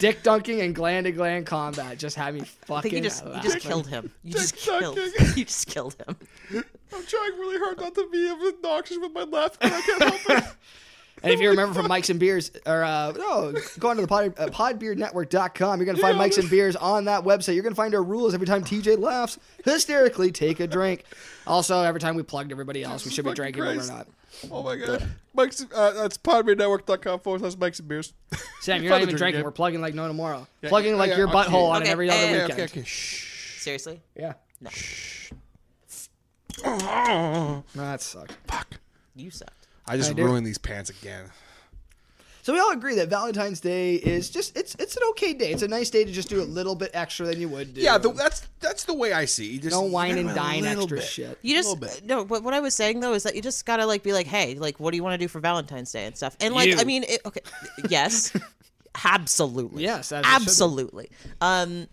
Speaker 3: Dick dunking and gland to gland combat just had me fucking.
Speaker 8: I think you just, you just killed him. You just killed. (laughs) You just killed him.
Speaker 4: I'm trying really hard not to be obnoxious with my left, but I can't help it.
Speaker 6: (laughs)
Speaker 3: And if you remember from Mike's and Beers, or uh, no, go on to the pod, uh, podbeardnetwork.com. You're going to find Mike's and Beers on that website. You're going to find our rules every time TJ laughs. Hysterically, take a drink. Also, every time we plugged everybody else, we should be
Speaker 6: fucking
Speaker 3: drinking them or
Speaker 6: Christ.
Speaker 3: not.
Speaker 6: Oh my god. Mike's uh, that's podbeardnetwork.com forward slash Mike's
Speaker 3: (laughs)
Speaker 6: and Beers.
Speaker 3: Sam, you're not
Speaker 6: Fun to
Speaker 3: even
Speaker 6: drink,
Speaker 3: drinking.
Speaker 6: yeah.
Speaker 3: We're plugging like no tomorrow.
Speaker 6: Yeah,
Speaker 3: plugging
Speaker 6: yeah,
Speaker 3: like
Speaker 6: yeah,
Speaker 3: your
Speaker 6: okay.
Speaker 3: butthole on
Speaker 6: Okay,
Speaker 3: it every other
Speaker 6: okay,
Speaker 3: weekend.
Speaker 6: okay, okay.
Speaker 8: Seriously?
Speaker 3: Yeah.
Speaker 8: No.
Speaker 6: No,
Speaker 3: that sucked.
Speaker 6: Fuck.
Speaker 8: You sucked.
Speaker 6: I just
Speaker 3: I do.
Speaker 6: ruined these pants again.
Speaker 3: So we all agree that Valentine's Day is just it's it's an okay day. It's a nice day to just do a little bit extra than you would do.
Speaker 6: Yeah, the, that's that's the way I see. it. You just
Speaker 3: no wine and
Speaker 6: a
Speaker 3: dine
Speaker 6: little
Speaker 3: extra
Speaker 6: bit.
Speaker 3: shit.
Speaker 8: You just no. But what I was saying though is that you just gotta like be like, hey, like, what do you want to do for Valentine's Day and stuff? And like,
Speaker 3: You.
Speaker 8: I mean, it, okay,
Speaker 3: (laughs)
Speaker 8: yes, absolutely,
Speaker 3: Yes, as it should be.
Speaker 8: absolutely. Um,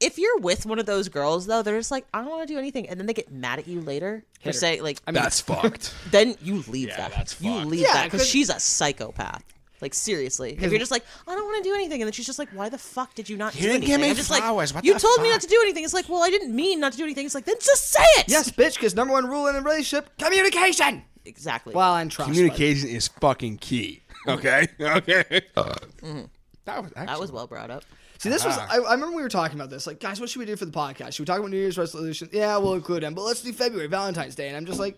Speaker 8: if you're with one of those girls though, they're just like, I don't want to do anything, and then they get mad at you later for
Speaker 3: Hit her.
Speaker 8: saying like,
Speaker 6: That's fucked.
Speaker 8: Then you leave that. you leave
Speaker 3: Yeah,
Speaker 8: that because
Speaker 3: 'cause-
Speaker 8: she's a psychopath. Like seriously, if you're just like, I don't want to do anything, and then she's just like, Why the fuck did you not
Speaker 6: You
Speaker 8: do
Speaker 6: didn't
Speaker 8: anything?
Speaker 6: give me
Speaker 8: I'm just
Speaker 6: flowers,
Speaker 8: like,
Speaker 6: what
Speaker 8: you
Speaker 6: the
Speaker 8: told me
Speaker 6: fuck?"
Speaker 8: not to do anything. It's like, well, I didn't mean not to do anything. It's like, then just say it.
Speaker 3: Yes, bitch, because number one rule in a relationship, communication.
Speaker 8: Exactly.
Speaker 3: Well, and trust. but-
Speaker 6: Communication is fucking key. (laughs) Okay. (laughs) Okay. Mm-hmm. That was
Speaker 8: that was well brought up.
Speaker 3: See, this was, I, I remember we were talking about this. Like, guys, what should we do for the podcast? Should we talk about New Year's resolution? Yeah, we'll include them, but let's do February, Valentine's Day. And I'm just like,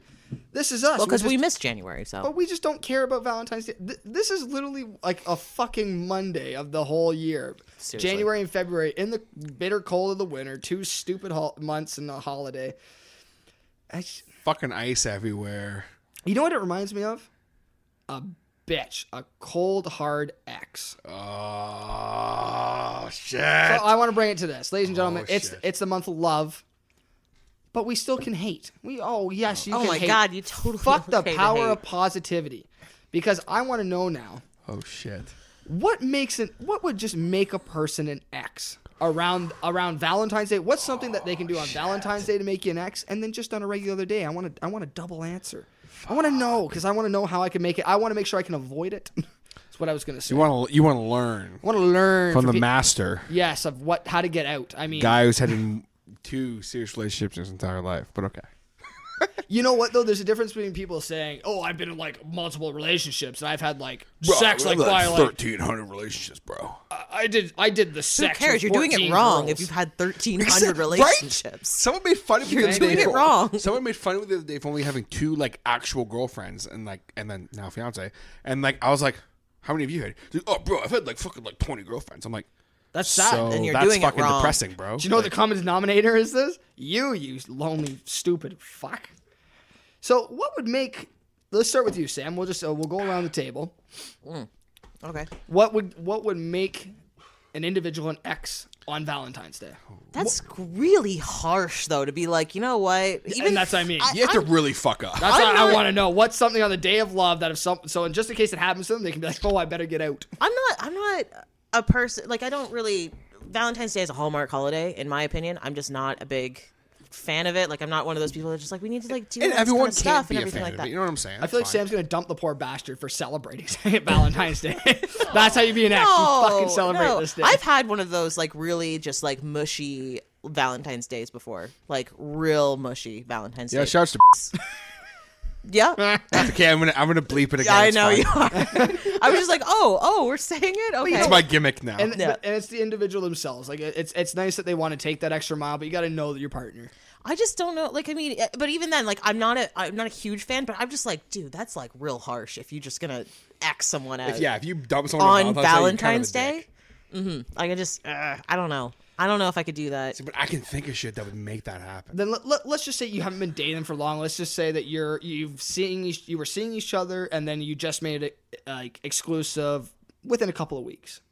Speaker 3: this is us.
Speaker 8: Well, because we
Speaker 3: just-
Speaker 8: missed January, so
Speaker 3: But we just don't care about Valentine's Day. Th- this is literally like a fucking Monday of the whole year.
Speaker 8: Seriously.
Speaker 3: January and February in the bitter cold of the winter, two stupid hol- months in the holiday. I sh-
Speaker 6: fucking ice everywhere.
Speaker 3: you know what it reminds me of? A bitch, a cold hard ex.
Speaker 6: Oh shit.
Speaker 3: So I want to bring it to this, ladies and gentlemen. it's
Speaker 6: Oh, shit.
Speaker 3: it's the month of love, but we still can hate. We oh yes, you.
Speaker 8: Oh
Speaker 3: can
Speaker 8: my
Speaker 3: hate.
Speaker 8: God, you
Speaker 3: (laughs)
Speaker 8: totally
Speaker 3: fuck the
Speaker 8: okay to
Speaker 3: power
Speaker 8: hate.
Speaker 3: of positivity, because I want to know now
Speaker 6: oh shit.
Speaker 3: what makes it. What would just make a person an ex around around Valentine's Day? What's something that they can
Speaker 6: Oh,
Speaker 3: do on Valentine's Day to make you an ex, and then just on a regular day? I want to I want a double answer. I want to know because I want to know how I can make it. I want to make sure I can avoid it. (laughs) That's what I was gonna say.
Speaker 6: You want to you want to learn
Speaker 3: I want to learn
Speaker 6: from the
Speaker 3: pe-
Speaker 6: master
Speaker 3: Yes, of what how to get out. I mean,
Speaker 6: guy who's had in two serious relationships in his entire life. But okay.
Speaker 3: You know what though? There's a difference between people saying, "Oh, I've been in like multiple relationships and I've had like sex like by like
Speaker 6: thirteen hundred relationships, bro.
Speaker 3: I did I did the
Speaker 8: who
Speaker 3: sex."
Speaker 8: cares?
Speaker 3: with
Speaker 8: You're doing it
Speaker 3: 14
Speaker 8: wrong if
Speaker 3: girls."
Speaker 8: you've had 1,300 relationships.
Speaker 6: Someone made fun of me.
Speaker 8: You're
Speaker 6: the other
Speaker 8: doing
Speaker 6: day
Speaker 8: it
Speaker 6: for-
Speaker 8: wrong.
Speaker 6: Someone made fun of me the other day for only having two like actual girlfriends and like and then now fiance and like I was like, how many of you had? She's like, oh, bro, I've had like fucking like twenty girlfriends. I'm like,
Speaker 3: That's sad.
Speaker 6: so
Speaker 8: and you're
Speaker 6: that's
Speaker 8: doing it
Speaker 6: fucking
Speaker 8: wrong.
Speaker 6: depressing, bro.
Speaker 3: Do you know what the common denominator is this? You, you lonely, stupid fuck. So, what would make? Let's start with you, Sam. We'll just uh, we'll go around the table.
Speaker 8: Okay,
Speaker 3: What would what would make an individual an ex on Valentine's Day?
Speaker 8: that's really harsh though to be like, you know what? Even
Speaker 3: and that's what I mean.
Speaker 6: you have to really fuck up.
Speaker 3: That's
Speaker 8: I'm
Speaker 3: what I
Speaker 8: not-
Speaker 3: want to know. What's something on the day of love that if some so, and just in case it happens to them, they can be like, "Oh, I better get out."
Speaker 8: I'm not. I'm not a person. Like I don't really. Valentine's Day is a hallmark holiday, in my opinion. I'm just not a big fan of it. Like I'm not one of those people that's just like we need to like do all
Speaker 6: and
Speaker 8: this
Speaker 6: everyone
Speaker 8: kind of stuff
Speaker 6: can't be
Speaker 8: and
Speaker 6: a
Speaker 8: everything
Speaker 6: fan
Speaker 8: like
Speaker 6: of
Speaker 8: that.
Speaker 6: it. You know what I'm saying?
Speaker 3: I feel like
Speaker 6: It's fine.
Speaker 3: Sam's gonna dump the poor bastard for celebrating (laughs) Valentine's
Speaker 8: (laughs)
Speaker 3: Day. That's how you be an ex. you fucking celebrate
Speaker 8: no.
Speaker 3: this day.
Speaker 8: I've had one of those like really just like mushy Valentine's days before, like real mushy Valentine's
Speaker 6: Yeah,
Speaker 8: days.
Speaker 6: shouts to. (laughs)
Speaker 8: yeah, (laughs)
Speaker 6: okay, I'm gonna I'm gonna bleep it again.
Speaker 8: I
Speaker 6: it's
Speaker 8: know
Speaker 6: fine.
Speaker 8: you are.
Speaker 6: (laughs)
Speaker 8: I was just like, oh, oh, we're saying it. Okay,
Speaker 6: It's my gimmick now.
Speaker 3: and,
Speaker 8: Yeah.
Speaker 3: but- and it's the individual themselves. Like it- it's it's nice that they want to take that extra mile, but you got to know that your partner.
Speaker 8: I just don't know. Like, I mean, eh, but even then, like, I'm not a, I'm not a huge fan. But I'm just like, dude, that's like real harsh. If you're just gonna x someone out,
Speaker 6: yeah, if you dump someone
Speaker 8: on
Speaker 6: Valentine's Day, you're kind of a
Speaker 8: Valentine's
Speaker 6: dick.
Speaker 8: Day. Mm-hmm. Like, I just, uh, I don't know. I don't know if I could do that.
Speaker 6: But I can think of shit that would make that happen.
Speaker 3: Then let, let, us just say you haven't been dating for long. Let's just say that you're you've seeing each, you were seeing each other, and then you just made it like exclusive within a couple of weeks.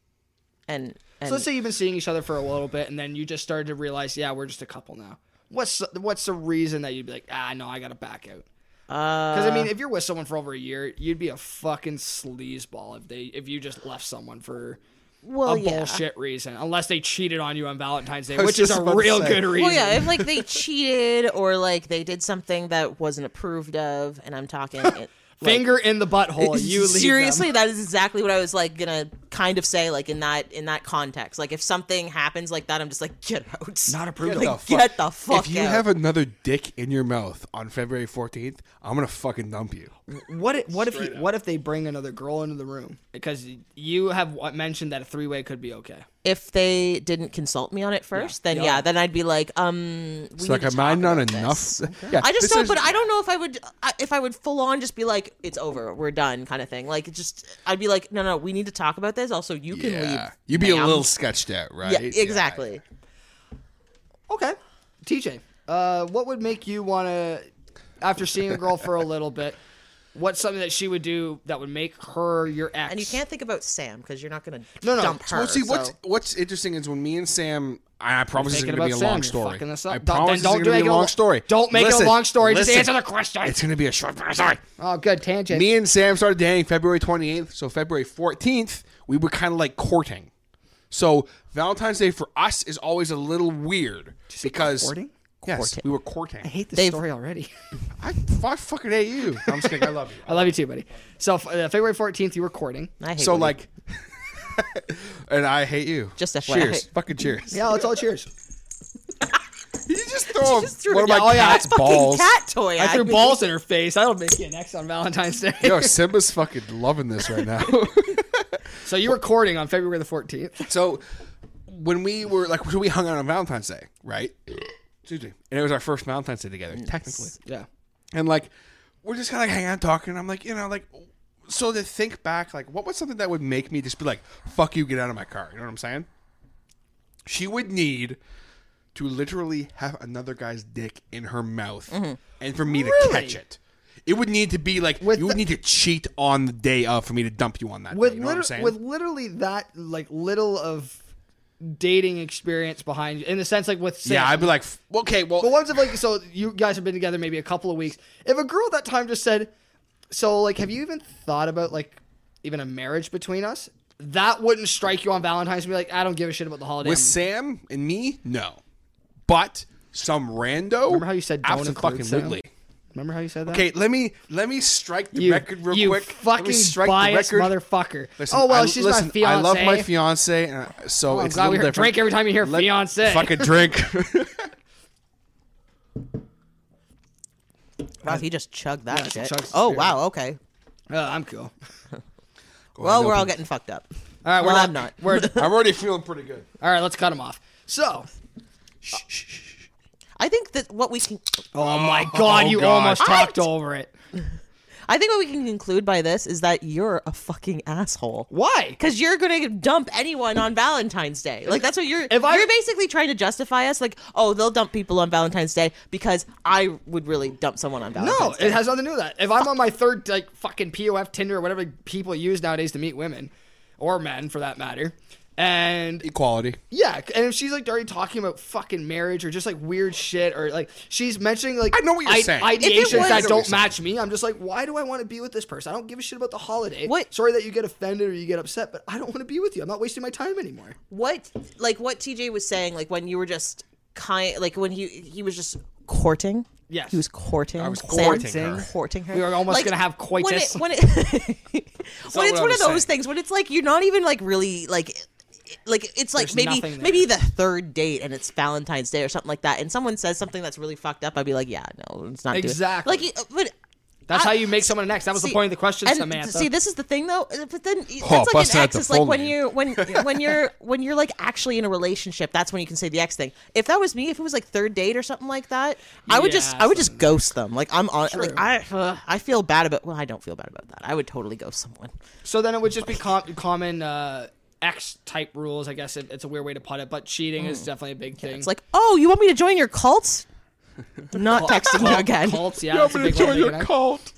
Speaker 8: And, and
Speaker 3: So let's say you've been seeing each other for a little bit, and then you just started to realize, yeah, we're just a couple now. What's the- what's the reason that you'd be like, ah, no, I gotta back out? Because
Speaker 8: Uh,
Speaker 3: I mean, if you're with someone for over a year, you'd be a fucking sleazeball if they if you just left someone for
Speaker 8: Well,
Speaker 3: a
Speaker 8: yeah.
Speaker 3: bullshit reason, unless they cheated on you on Valentine's Day,
Speaker 6: I was
Speaker 3: which is
Speaker 6: just
Speaker 3: a
Speaker 6: about to
Speaker 3: real
Speaker 6: say.
Speaker 3: good reason.
Speaker 8: Well, yeah, if like they cheated or like they did something that wasn't approved of, and I'm talking
Speaker 3: (laughs)
Speaker 8: it, like,
Speaker 3: Finger in the butthole. You leave them.
Speaker 8: seriously, that is exactly what I was like gonna kind of say, like in that in that context. Like if something happens like that, I'm just like get out,
Speaker 3: Not approved
Speaker 8: Like,
Speaker 6: The fuck-
Speaker 8: get the fuck
Speaker 6: If you
Speaker 8: out.
Speaker 6: have another dick in your mouth on February 14th, I'm going to fucking dump you.
Speaker 3: What if, what if you, what if they bring another girl into the room because you have wa- mentioned that a three way could be okay.
Speaker 8: if they didn't consult me on it first, then
Speaker 3: Yeah.
Speaker 8: yeah. then I'd be like, um, we
Speaker 6: It's
Speaker 8: need
Speaker 6: like,
Speaker 8: to
Speaker 6: am
Speaker 8: talk
Speaker 6: I not
Speaker 8: about this.
Speaker 6: enough? (laughs) Yeah,
Speaker 8: I just
Speaker 6: this
Speaker 8: don't,
Speaker 6: is-
Speaker 8: but I don't know if I would, I, if I would full on just be like, it's over, we're done, kind of thing. Like, it just, I'd be like, no, no, we need to talk about this. Also, you can
Speaker 6: Yeah.
Speaker 8: leave.
Speaker 6: You'd be a
Speaker 8: ma'am.
Speaker 6: little sketched out, right?
Speaker 8: Yeah, exactly.
Speaker 3: Okay, TJ, uh, what would make you want to after seeing a girl for a little bit? What's something that she would do that would make her your ex?
Speaker 8: And you can't think about Sam because you're not going to
Speaker 3: No, no.
Speaker 8: dump her.
Speaker 6: Well, see, what's
Speaker 8: so-
Speaker 6: what's interesting is when me and Sam. I I promise it's
Speaker 3: Thinking
Speaker 6: going to be a
Speaker 3: about Sam,
Speaker 6: long
Speaker 3: you're
Speaker 6: story.
Speaker 3: fucking this
Speaker 6: I
Speaker 3: up.
Speaker 6: promise
Speaker 3: don't,
Speaker 6: it's
Speaker 3: then don't
Speaker 6: going to
Speaker 3: make
Speaker 6: be
Speaker 3: it
Speaker 6: a long story.
Speaker 3: Don't make it
Speaker 6: Listen,
Speaker 3: a long story. Just
Speaker 6: listen.
Speaker 3: answer the question.
Speaker 6: It's going to be a short story.
Speaker 3: (laughs) oh, good tangent.
Speaker 6: Me and Sam started dating February 28th, so February 14th, we were kind of like courting. So Valentine's Day for us is always a little weird because
Speaker 3: courting?
Speaker 6: yes,
Speaker 8: Courting.
Speaker 6: we were courting.
Speaker 3: I hate this
Speaker 8: They've-
Speaker 3: story already.
Speaker 6: I, I fucking hate you. I'm just kidding. I love you.
Speaker 3: I love you too, buddy. So f- uh, February fourteenth, you were courting.
Speaker 8: I hate
Speaker 6: so
Speaker 8: when you-
Speaker 6: like, (laughs) and I hate you.
Speaker 8: Just FYI.
Speaker 6: cheers. Fucking cheers.
Speaker 3: Yeah, let's all cheers.
Speaker 6: (laughs) You
Speaker 8: (laughs)
Speaker 6: just throw
Speaker 8: (laughs) just threw
Speaker 6: one
Speaker 8: it
Speaker 6: of my
Speaker 8: down. Oh,
Speaker 3: yeah,
Speaker 6: cat's
Speaker 8: fucking
Speaker 6: balls.
Speaker 8: cat toy.
Speaker 3: I
Speaker 8: at
Speaker 3: threw
Speaker 8: me.
Speaker 3: balls in her face. That'll make you an ex on Valentine's Day.
Speaker 6: Yo, Simba's fucking loving this right
Speaker 8: (laughs)
Speaker 6: now.
Speaker 3: (laughs) So you were courting on February the 14th.
Speaker 6: so when we were like, so we hung out on Valentine's Day, right? Excuse me. And it was our first Valentine's Day together, technically.
Speaker 3: Yeah.
Speaker 6: and like we're just kind of like hanging out talking. I'm like, you know, like so to think back, like what was something that would make me just be like, "Fuck you, get out of my car." You know what I'm saying? She would need to literally have another guy's dick in her mouth,
Speaker 3: Mm-hmm.
Speaker 6: and for me to catch it. It would need to be like
Speaker 3: With
Speaker 6: you would
Speaker 3: the-
Speaker 6: need to cheat on the day of for me to dump you on that.
Speaker 3: With
Speaker 6: day, you know what I'm
Speaker 3: liter-
Speaker 6: saying?
Speaker 3: with literally that like little of dating experience behind you in the sense like with Sam.
Speaker 6: yeah, I'd be like, "F- okay, well,
Speaker 3: but once if like so you guys have been together maybe a couple of weeks. If a girl at that time just said, "So like have you even thought about like even a marriage between us?" That wouldn't strike you on Valentine's and be like, "I don't give a shit about the holiday."
Speaker 6: With
Speaker 3: I'm-
Speaker 6: Sam and me, no. But some rando.
Speaker 3: Remember how you said don't include
Speaker 6: fucking
Speaker 3: Sam? Remember how you said that?
Speaker 6: Okay, let me let me strike the
Speaker 3: You,
Speaker 6: record real
Speaker 3: you
Speaker 6: quick. Let me
Speaker 3: fucking biased motherfucker.
Speaker 6: Listen,
Speaker 3: oh well,
Speaker 6: I-
Speaker 3: she's
Speaker 6: listen,
Speaker 3: my Oh, fiance.
Speaker 6: I love my fiance, and I- so
Speaker 3: I'm
Speaker 6: it's
Speaker 3: glad we
Speaker 6: a little
Speaker 3: heard
Speaker 6: different.
Speaker 3: drink every time you hear fiance. (laughs)
Speaker 6: Fucking drink.
Speaker 8: Wow, he just chugged that
Speaker 3: Yeah,
Speaker 8: shit.
Speaker 3: chugs
Speaker 8: Oh
Speaker 3: spirit.
Speaker 8: wow, okay.
Speaker 3: Uh, I'm cool.
Speaker 8: Well, we're all getting fucked up.
Speaker 3: All right, we're
Speaker 8: Well,
Speaker 3: not,
Speaker 8: I'm not.
Speaker 3: We're
Speaker 6: I'm already feeling pretty good.
Speaker 3: all right. Let's cut him off. So,
Speaker 8: I think that what we can,
Speaker 3: oh my god, you
Speaker 6: God.
Speaker 3: almost talked over it.
Speaker 8: I think what we can conclude by this is that you're a fucking asshole.
Speaker 3: Why?
Speaker 8: Because you're gonna dump anyone on Valentine's Day. Like that's what you're.
Speaker 3: If I-
Speaker 8: you're basically trying to justify us. Like, oh, they'll dump people on Valentine's Day because I would really dump someone on Valentine's
Speaker 3: No,
Speaker 8: Day.
Speaker 3: it has nothing to do with that. If I'm on my third like fucking POF Tinder or whatever people use nowadays to meet women or men for that matter, and
Speaker 6: Equality.
Speaker 3: yeah, and if she's like already talking about fucking marriage or just like weird shit or like she's mentioning like
Speaker 6: I know what you're saying. If
Speaker 8: it
Speaker 3: ideations
Speaker 8: was- I know
Speaker 3: that
Speaker 8: what
Speaker 3: don't
Speaker 6: you're
Speaker 3: match me, I'm just like, why do I want to be with this person? I don't give a shit about the holiday.
Speaker 8: What-
Speaker 3: Sorry that you get offended or you get upset, but I don't want to be with you. I'm not wasting my time anymore.
Speaker 8: what like what TJ was saying, like when you were just kind, like when he he was just courting.
Speaker 3: Yes.
Speaker 8: he was courting. I
Speaker 6: was courting her.
Speaker 8: Courting her.
Speaker 3: We were almost gonna have
Speaker 8: when it-
Speaker 3: coitus.
Speaker 8: When,
Speaker 3: (laughs)
Speaker 8: it, when
Speaker 6: what
Speaker 8: it's
Speaker 6: I
Speaker 8: one
Speaker 6: was
Speaker 8: of those
Speaker 6: saying.
Speaker 8: things, when it's like you're not even like really like. Like it's like
Speaker 3: There's
Speaker 8: maybe
Speaker 3: nothing there.
Speaker 8: maybe the third date and it's Valentine's Day or something like that, and someone says something that's really fucked up. I'd be like, yeah, no, it's not doing-
Speaker 3: Exactly.
Speaker 8: Like, you- but
Speaker 3: That's
Speaker 8: I-
Speaker 3: how you make someone an ex. That was the
Speaker 8: See,
Speaker 3: point of the question,
Speaker 8: and
Speaker 3: Samantha.
Speaker 8: See, this is the thing though. uh, But then y-
Speaker 6: Oh,
Speaker 8: that's like
Speaker 6: busting
Speaker 8: an
Speaker 6: out
Speaker 8: ex.
Speaker 6: the
Speaker 8: It's like
Speaker 6: full
Speaker 8: when
Speaker 6: name.
Speaker 8: you when when you're
Speaker 6: (laughs)
Speaker 8: when you're like actually in a relationship. That's when you can say the ex thing. If that was me, if it was like third date or something like that, I would just
Speaker 3: Yeah,
Speaker 8: I would just ghost them. Like I'm on. Like I uh, I feel bad about. Well, I don't feel bad about that. I would totally ghost someone.
Speaker 3: So then it would just be com- common uh, X type rules. I guess it, it's a weird way to put it, but cheating is definitely a big thing.
Speaker 8: It's like, oh, you want me to join
Speaker 3: (laughs)
Speaker 8: your cult? I'm not texting you (laughs) again.
Speaker 3: cults. Yeah, that's a big one. to make it.
Speaker 6: cult.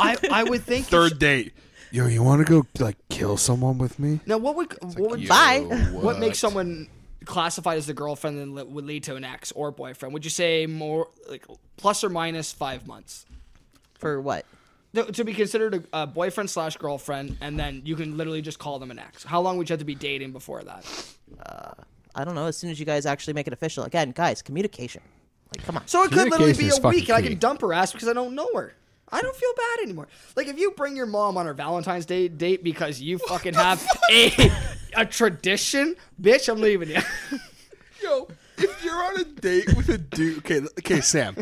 Speaker 3: I, I would think
Speaker 6: Third date. Yo, you want to go like kill someone with me?
Speaker 3: Now, what would what would
Speaker 8: Bye.
Speaker 6: What,
Speaker 3: what makes someone classified as the girlfriend and li- would lead to an ex or boyfriend? Would you say more like plus or minus five months?
Speaker 8: For what?
Speaker 3: No, to be considered a, a boyfriend slash girlfriend, and then you can literally just call them an ex. How long would you have to be dating before that?
Speaker 8: I don't know. As soon as you guys actually make it official, again, guys, communication. Like, come on.
Speaker 3: So it could literally be
Speaker 8: Communication is
Speaker 3: a
Speaker 8: fucking
Speaker 3: week, and I
Speaker 8: key.
Speaker 3: can dump her ass because I don't know her. I don't feel bad anymore. Like if you bring your mom on her Valentine's Day date because you fucking have a a tradition, bitch, I'm
Speaker 6: (laughs)
Speaker 3: leaving you.
Speaker 6: Yo, if you're on a date with a dude, okay,
Speaker 3: (laughs)
Speaker 6: okay, Sam,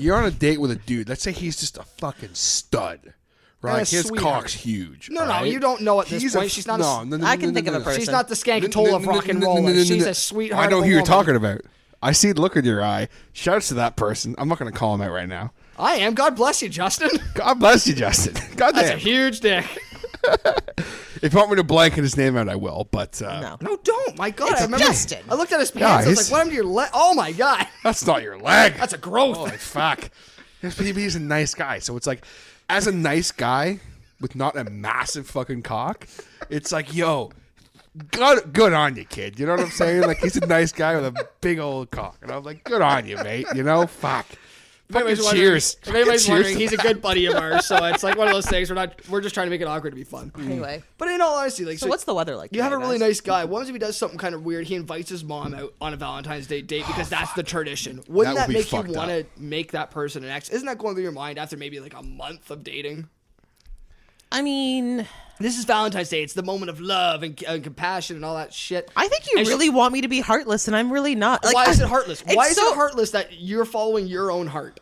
Speaker 6: you're on a date with a dude. Let's say he's just a fucking stud, right?
Speaker 3: And a
Speaker 6: His
Speaker 3: sweetheart.
Speaker 6: cock's huge.
Speaker 3: No, no,
Speaker 6: right?
Speaker 3: you don't know at this
Speaker 6: He's
Speaker 3: point. She's not a
Speaker 6: No,
Speaker 3: s-
Speaker 6: no, no,
Speaker 3: I
Speaker 6: no,
Speaker 3: can
Speaker 6: no,
Speaker 3: think
Speaker 6: no,
Speaker 3: of a
Speaker 6: no.
Speaker 3: person. She's not the Scankatola
Speaker 6: No,
Speaker 3: of
Speaker 6: no, no,
Speaker 3: rock and
Speaker 6: no, no,
Speaker 3: roll.
Speaker 6: no, no,
Speaker 3: She's
Speaker 6: no.
Speaker 3: a sweetheart
Speaker 6: I know
Speaker 3: of a
Speaker 6: who you're
Speaker 3: woman.
Speaker 6: talking about. I see the look in your eye. Shouts to that person. I'm not going to call him out right now.
Speaker 3: I am. God bless you, Justin. (laughs)
Speaker 6: God bless you, Justin. (laughs) God
Speaker 3: That's a
Speaker 6: damn.
Speaker 3: huge dick.
Speaker 6: If you want me to blanket his name out, I will. But uh,
Speaker 3: No, don't. My God, I remember.
Speaker 6: Justin.
Speaker 3: I looked at his pants.
Speaker 6: Yeah,
Speaker 3: I was
Speaker 6: he's-
Speaker 3: like, "What happened to your leg?" Oh my God. (laughs)
Speaker 6: That's not your leg.
Speaker 3: That's a growth.
Speaker 6: Holy fuck. (laughs) Yes, but he's a nice guy. So it's like, as a nice guy with not a massive fucking cock, it's like, yo, good, good on you, kid. You know what I'm saying? Like, he's a nice guy with a big old cock. And I'm like, good on you, mate. You know? Fuck.
Speaker 3: If
Speaker 6: Fucking
Speaker 3: anybody's wondering-
Speaker 6: cheers.
Speaker 3: If anybody's
Speaker 6: (laughs) Cheers
Speaker 3: wondering,
Speaker 6: to
Speaker 3: he's a
Speaker 6: that.
Speaker 3: good buddy of ours, so it's like one of those things. We're not. We're just trying to make it awkward to be fun.
Speaker 8: Anyway.
Speaker 3: but in all honesty, like,
Speaker 8: So what's the weather like
Speaker 3: You have a
Speaker 8: today,
Speaker 3: really
Speaker 8: guys?
Speaker 3: nice guy. What happens if he does something kind of weird? He invites his mom out on a Valentine's Day date because
Speaker 8: Oh,
Speaker 3: that's the tradition. Wouldn't that,
Speaker 6: That would be
Speaker 3: make you
Speaker 6: fucked
Speaker 3: want to make that person an ex? Isn't that going through your mind after maybe like a month of dating?
Speaker 8: I mean,
Speaker 3: this is Valentine's Day. It's the moment of love and, and compassion and all that shit.
Speaker 8: I think you
Speaker 3: And she-
Speaker 8: really want me to be heartless, and I'm really not. Like,
Speaker 3: Why is
Speaker 8: I- (laughs)
Speaker 3: it heartless?
Speaker 8: it's
Speaker 3: Why is
Speaker 8: so-
Speaker 3: it heartless that you're following your own heart?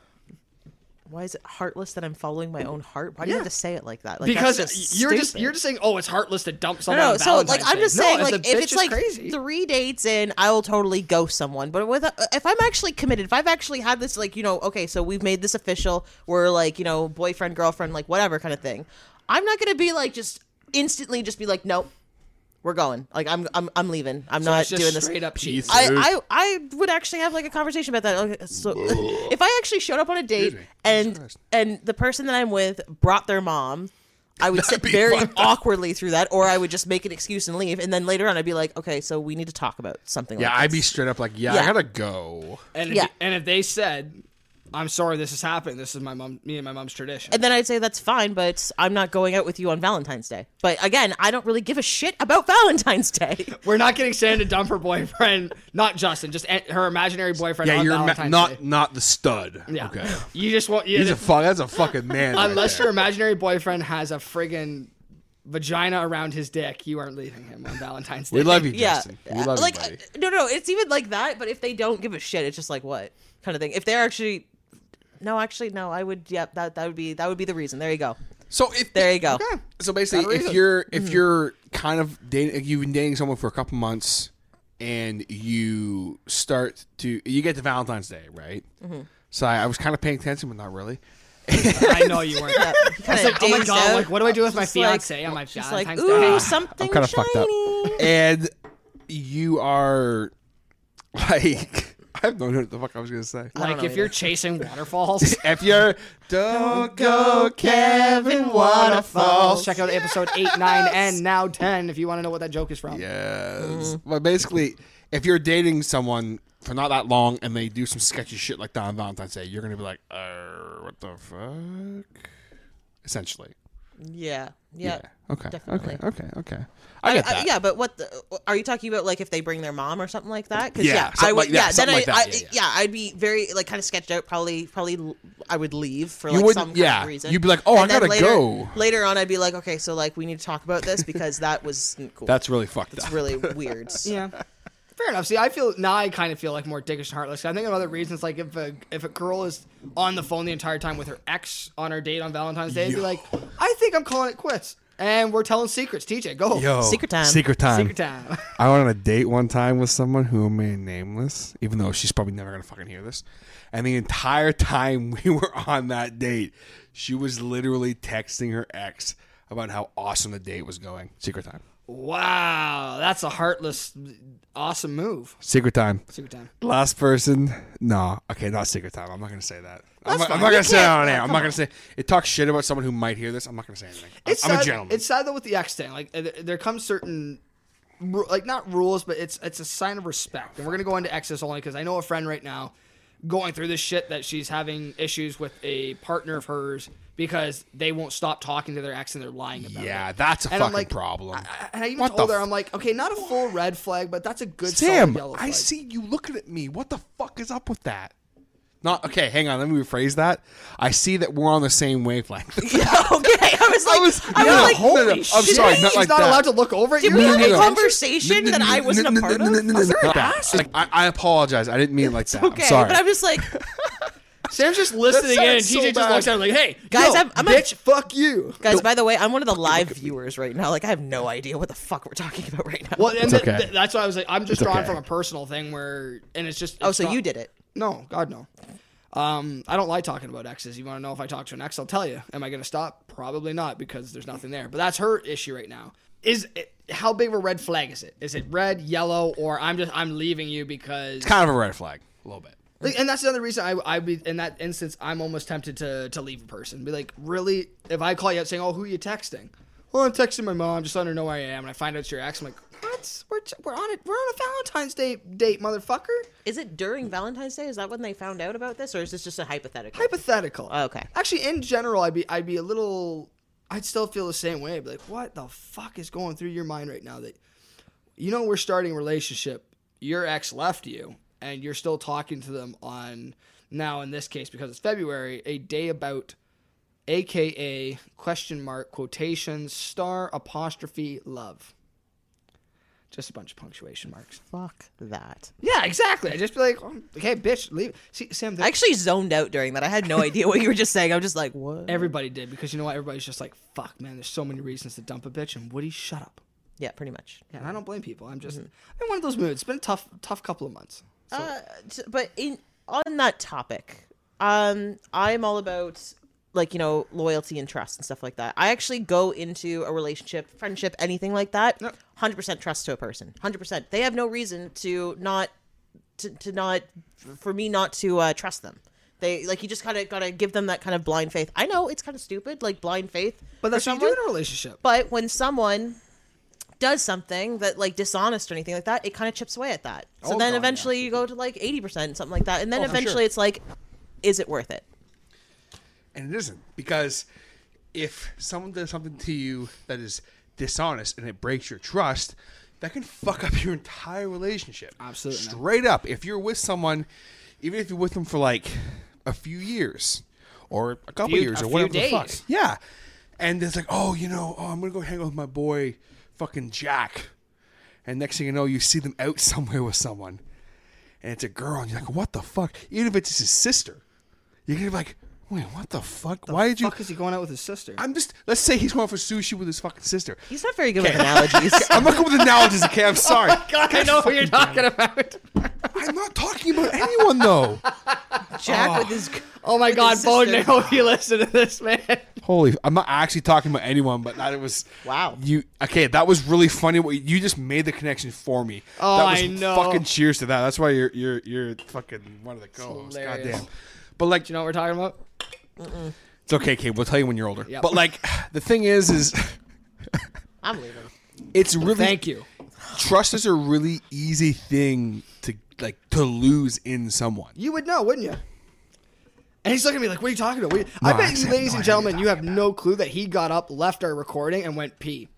Speaker 8: Why is it heartless that I'm following my own heart? Why do you have to say it like that? Like,
Speaker 3: because
Speaker 8: that's just
Speaker 3: you're just
Speaker 8: stupid.
Speaker 3: you're just saying, oh, it's heartless to dump
Speaker 8: No,
Speaker 3: someone.
Speaker 8: no,
Speaker 3: on
Speaker 8: so
Speaker 3: Valentine's
Speaker 8: like I'm
Speaker 3: Day."
Speaker 8: just
Speaker 3: No,
Speaker 8: saying,
Speaker 3: the
Speaker 8: like
Speaker 3: bitch
Speaker 8: if
Speaker 3: is
Speaker 8: it's like
Speaker 3: crazy.
Speaker 8: three dates in, I will totally ghost someone. But with if I'm actually committed, if I've actually had this, like you know, okay, so we've made this official. We're like you know, boyfriend, girlfriend, like whatever kind of thing. I'm not gonna be like just instantly just be like, nope, we're going. Like I'm I'm I'm leaving. I'm
Speaker 3: So
Speaker 8: not
Speaker 3: it's just
Speaker 8: doing this.
Speaker 3: straight up cheat.
Speaker 8: I, I I would actually have like a conversation about that. Okay, so if I actually showed up on a date and and the person that I'm with brought their mom,
Speaker 6: (laughs)
Speaker 8: I would sit very awkwardly through that, or I would just make an excuse and leave, and then later on I'd be like, okay, so we need to talk about something.
Speaker 6: Yeah,
Speaker 8: like
Speaker 6: I'd be straight up like, yeah, I
Speaker 8: Yeah.
Speaker 6: gotta go.
Speaker 3: And if,
Speaker 8: Yeah.
Speaker 3: and if they said, "I'm sorry, this has happened. This is my mom, me and my mom's tradition."
Speaker 8: And then I'd say that's fine, but I'm not going out with you on Valentine's Day. But again, I don't really give a shit about (laughs) Valentine's Day.
Speaker 3: We're not getting Sam to dump her boyfriend, not Justin, just a- her imaginary boyfriend.
Speaker 6: Yeah,
Speaker 3: on
Speaker 6: you're ma-
Speaker 3: Valentine's
Speaker 6: not (laughs)
Speaker 3: Day.
Speaker 6: not the stud.
Speaker 3: Yeah.
Speaker 8: (laughs)
Speaker 6: Okay.
Speaker 3: You just want. You,
Speaker 6: He's a fuck. That's a fucking man. right
Speaker 3: unless
Speaker 6: there.
Speaker 3: your imaginary boyfriend has a friggin' vagina around his dick, you aren't leaving him on Valentine's Day.
Speaker 6: We love you,
Speaker 8: Yeah.
Speaker 6: Justin. We love
Speaker 8: like
Speaker 6: you, buddy.
Speaker 8: uh, no no it's even like that but if they don't give a shit it's just like what kind of thing if they're actually no actually no i would yep that that would be that would be the reason there you go
Speaker 6: So if
Speaker 8: there you go
Speaker 6: So basically, if you're if you're kind of dating, you've been dating someone for a couple months, and you start to you get to Valentine's Day, right? So I, I was kind of paying attention, but not really.
Speaker 3: I know you weren't.
Speaker 6: (laughs)
Speaker 8: Yeah, you
Speaker 3: I was
Speaker 8: kinda
Speaker 3: like, oh my
Speaker 8: dazed
Speaker 3: god,
Speaker 8: out.
Speaker 3: like what do I do with my
Speaker 8: Just like-
Speaker 3: fiance on my
Speaker 8: just like
Speaker 3: Valentine's
Speaker 8: ooh
Speaker 3: Day?
Speaker 8: something
Speaker 6: I'm kind of fucked up,
Speaker 8: shiny.
Speaker 6: and you are like (laughs) I have no idea what the fuck I was gonna say.
Speaker 8: don't
Speaker 3: Like
Speaker 8: know
Speaker 3: if you're
Speaker 8: either.
Speaker 3: chasing waterfalls,
Speaker 6: If you're don't go Kevin Waterfalls.
Speaker 3: Check out episode eight, nine, and now ten if you want to know what that joke is from.
Speaker 6: Yes. Mm. But basically, if you're dating someone for not that long and they do some sketchy shit like that on Valentine's Day, you're going to be like, "Uh, what the fuck? Essentially.
Speaker 8: yeah yeah,
Speaker 6: Okay.
Speaker 8: Definitely.
Speaker 6: Okay. Okay. Okay. I get
Speaker 8: I-
Speaker 6: that.
Speaker 8: Uh, yeah, but what the, uh, are you talking about? Like if they bring their mom or something like that? 'Cause,
Speaker 6: Yeah,
Speaker 8: I
Speaker 6: something
Speaker 8: would.
Speaker 6: like that,
Speaker 8: yeah, then
Speaker 6: something
Speaker 8: I,
Speaker 6: like that,
Speaker 8: I
Speaker 6: yeah, yeah.
Speaker 8: would be very like kind of sketched out. Probably, probably l- I would leave for
Speaker 6: You
Speaker 8: like
Speaker 6: wouldn't-
Speaker 8: some kind
Speaker 6: yeah.
Speaker 8: of reason.
Speaker 6: You'd be like, "Oh, I
Speaker 8: then
Speaker 6: gotta
Speaker 8: later,
Speaker 6: go."
Speaker 8: Later on, I'd be like, okay, so like we need to talk about this because that was cool.
Speaker 6: That's really fucked
Speaker 8: It's
Speaker 6: up. (laughs)
Speaker 8: really weird.
Speaker 3: Yeah. (laughs) Fair enough. See, I feel now I kind of feel like more dickish and heartless. I think another reason is like if a if a girl is on the phone the entire time with her ex on her date on Valentine's Day, it'd be
Speaker 6: Yo.
Speaker 3: like, I think I'm calling it quits, and we're telling secrets. TJ, go.
Speaker 8: Secret time.
Speaker 6: Oh, Secret time.
Speaker 3: Secret time. (laughs)
Speaker 6: I went on a date one time with someone who remained nameless, even though she's probably never gonna fucking hear this. And the entire time (laughs) we were on that date, she was literally texting her ex about how awesome the date was going. Secret time.
Speaker 3: wow, that's a heartless, awesome move.
Speaker 6: Secret time.
Speaker 3: Secret time.
Speaker 6: Last person. No. Okay, not secret time. I'm not gonna say that. I'm
Speaker 3: That's
Speaker 6: not, I'm
Speaker 3: fine.
Speaker 6: not
Speaker 3: You
Speaker 6: gonna say
Speaker 3: can't-
Speaker 6: that on air.
Speaker 3: uh,
Speaker 6: I'm
Speaker 3: come
Speaker 6: not
Speaker 3: on.
Speaker 6: gonna say it talks shit about someone who might hear this. I'm not gonna say anything. I'm-
Speaker 3: It's
Speaker 6: I'm,
Speaker 3: sad,
Speaker 6: a gentleman.
Speaker 3: It's sad though with the ex thing. Like uh, there- there comes certain, ru- like not rules, but it's it's a sign of respect. And we're gonna go into exes only because I know a friend right now going through this shit that she's having issues with a partner of hers because they won't stop talking to their ex and they're lying about it.
Speaker 6: Yeah, that's
Speaker 3: And
Speaker 6: a
Speaker 3: I'm
Speaker 6: fucking
Speaker 3: like,
Speaker 6: problem.
Speaker 3: And I even
Speaker 6: What the
Speaker 3: told her,
Speaker 6: f-
Speaker 3: I'm like, okay, not a full red flag, but that's a good solid
Speaker 6: Sam,
Speaker 3: yellow flag.
Speaker 6: I see you looking at me. What the fuck is up with that? Not okay. Hang on. Let me rephrase that. I see that we're on the same wavelength.
Speaker 8: (laughs) okay, I
Speaker 6: (laughs)
Speaker 8: was like, I was,
Speaker 6: no, no,
Speaker 8: like,
Speaker 6: hold it up.
Speaker 8: holy
Speaker 6: I'm
Speaker 8: shit.
Speaker 6: sorry, not like that.
Speaker 3: look over
Speaker 8: Did we have a conversation that I wasn't a part of?
Speaker 6: Was there a bastard? Like, I I apologize. I didn't mean it like that. I'm sorry.
Speaker 8: but I'm
Speaker 6: (laughs)
Speaker 8: just like,
Speaker 3: Sam's just listening in,
Speaker 8: That
Speaker 3: and
Speaker 8: sounds
Speaker 3: TJ
Speaker 8: so
Speaker 3: just
Speaker 8: bad.
Speaker 3: looks at her like, hey,
Speaker 8: Guys,
Speaker 3: yo,
Speaker 8: I'm- I'm a-
Speaker 3: bitch, fuck you.
Speaker 8: guys. By the way, I'm one of the live viewers right now. Like, I have no idea what the fuck we're talking about right now.
Speaker 3: Well, and
Speaker 8: It's
Speaker 3: th-
Speaker 8: okay.
Speaker 3: th- that's why I was like, I'm just
Speaker 8: It's
Speaker 3: drawing
Speaker 8: okay.
Speaker 3: from a personal thing where, and it's just.
Speaker 8: Oh,
Speaker 3: it's
Speaker 8: so
Speaker 3: not-
Speaker 8: you did it?
Speaker 3: No, God no. Um, I don't like talking about exes. You want to know if I talk to an ex, I'll tell you. Am I going to stop? Probably not because there's nothing there. But that's her issue right now. Is it, how big of a red flag is it? Is it red, yellow, or I'm just I'm leaving you because
Speaker 6: It's kind of a red flag, a little bit.
Speaker 3: Like, and that's another reason I I be in that instance I'm almost tempted to to leave a person. Be like, really? If I call you up saying, "Oh, who are you texting?" Well, I'm texting my mom, just letting her know where I am, and I find out it's your ex. I'm like, what? We're, we're on it. We're on a Valentine's Day date, motherfucker.
Speaker 8: Is it during Valentine's Day? Is that when they found out about this, or is this just a hypothetical?
Speaker 3: hypothetical.
Speaker 8: Oh, okay.
Speaker 3: Actually, in general, I'd be I'd be a little. I'd still feel the same way. I'd be like, what the fuck is going through your mind right now? That you know we're starting a relationship. Your ex left you, and you're still talking to them on now. In this case, because it's February, a day about, aka question mark quotation star apostrophe love. Just a bunch of punctuation marks.
Speaker 8: Fuck that.
Speaker 3: Yeah, exactly. I just be like, "Oh, okay, bitch, leave. See, Sam.
Speaker 8: I actually zoned out during that. I had no idea what you were just saying. I'm just like, what?
Speaker 3: Everybody did because you know what? Everybody's just like, fuck, man, there's so many reasons to dump a bitch. And Woody, shut up.
Speaker 8: Yeah, pretty much.
Speaker 3: Yeah, Mm-hmm. and I don't blame people. I'm just I'm in one of those moods. It's been a tough, tough couple of months.
Speaker 8: Uh, t- but in, on that topic, um, I'm all about like you know loyalty and trust and stuff like that. I actually go into a relationship, friendship, anything like that, hundred percent trust to a person, hundred percent. They have no reason to not to, to not for me not to uh, trust them. They like you just kind of gotta give them that kind of blind faith. I know it's kind of stupid, like blind faith.
Speaker 3: But
Speaker 8: for
Speaker 3: that's what you do
Speaker 8: someone.
Speaker 3: in a relationship.
Speaker 8: But when someone does something that like dishonest or anything like that, it kind of chips away at that. So
Speaker 3: Oh,
Speaker 8: then
Speaker 3: God,
Speaker 8: eventually you go to like eighty percent, something like that, and then
Speaker 6: Oh, for
Speaker 8: eventually
Speaker 6: sure.
Speaker 8: it's like, is it worth it?
Speaker 6: and it isn't because if someone does something to you that is dishonest and it breaks your trust that can fuck up your entire relationship absolutely straight up if you're with someone even if you're with them for like a few years or a couple
Speaker 4: Few-
Speaker 6: years
Speaker 4: a
Speaker 6: or
Speaker 4: few
Speaker 6: whatever the fuck
Speaker 4: days.
Speaker 6: yeah and it's like oh you know oh i'm gonna go hang out with my boy fucking jack and next thing you know you see them out (laughs) somewhere with someone and it's a girl and you're like what the fuck even if it's his sister you're gonna be like wait what the fuck why did you
Speaker 3: fuck is he going out with his sister?
Speaker 6: I'm just let's say he's going for sushi with his
Speaker 3: (laughs)
Speaker 6: fucking sister.
Speaker 8: He's not very good
Speaker 6: Okay. (laughs)
Speaker 8: with analogies.
Speaker 6: I'm not good with analogies, okay? I'm sorry.
Speaker 3: Oh God, I know what you're talking about.
Speaker 6: I'm not talking about
Speaker 3: (laughs)
Speaker 6: anyone though.
Speaker 8: Jack with his.
Speaker 3: Oh my
Speaker 8: with
Speaker 3: God,
Speaker 8: his
Speaker 3: Bowden, I
Speaker 8: sister.
Speaker 3: hope (laughs) you listen to this, man.
Speaker 6: Holy, I'm not actually talking about anyone, but that it was
Speaker 8: wow.
Speaker 6: You okay? That was really funny. What you just made the connection for me.
Speaker 3: Oh,
Speaker 6: that was
Speaker 3: I know.
Speaker 6: Fucking cheers to that. That's why you're you're you're fucking one of the co-hosts.
Speaker 3: hilarious.
Speaker 6: Goddamn. But like,
Speaker 3: You know what we're talking about?
Speaker 6: it's okay, Kate. We'll tell you when you're older.
Speaker 3: Yep.
Speaker 6: But like, (sighs) the thing is, is
Speaker 3: (laughs)
Speaker 8: I'm leaving.
Speaker 6: it's really
Speaker 3: Thank you.
Speaker 6: Trust is a really easy thing to like to lose in someone.
Speaker 3: You would know, wouldn't you? And he's looking at me like, "What are you talking about?" What are you-
Speaker 6: No,
Speaker 3: I
Speaker 6: I
Speaker 3: bet, you,
Speaker 6: said-
Speaker 3: ladies
Speaker 6: no, I
Speaker 3: and
Speaker 6: know what
Speaker 3: gentlemen, you have no clue that he got up, left our recording, and went pee.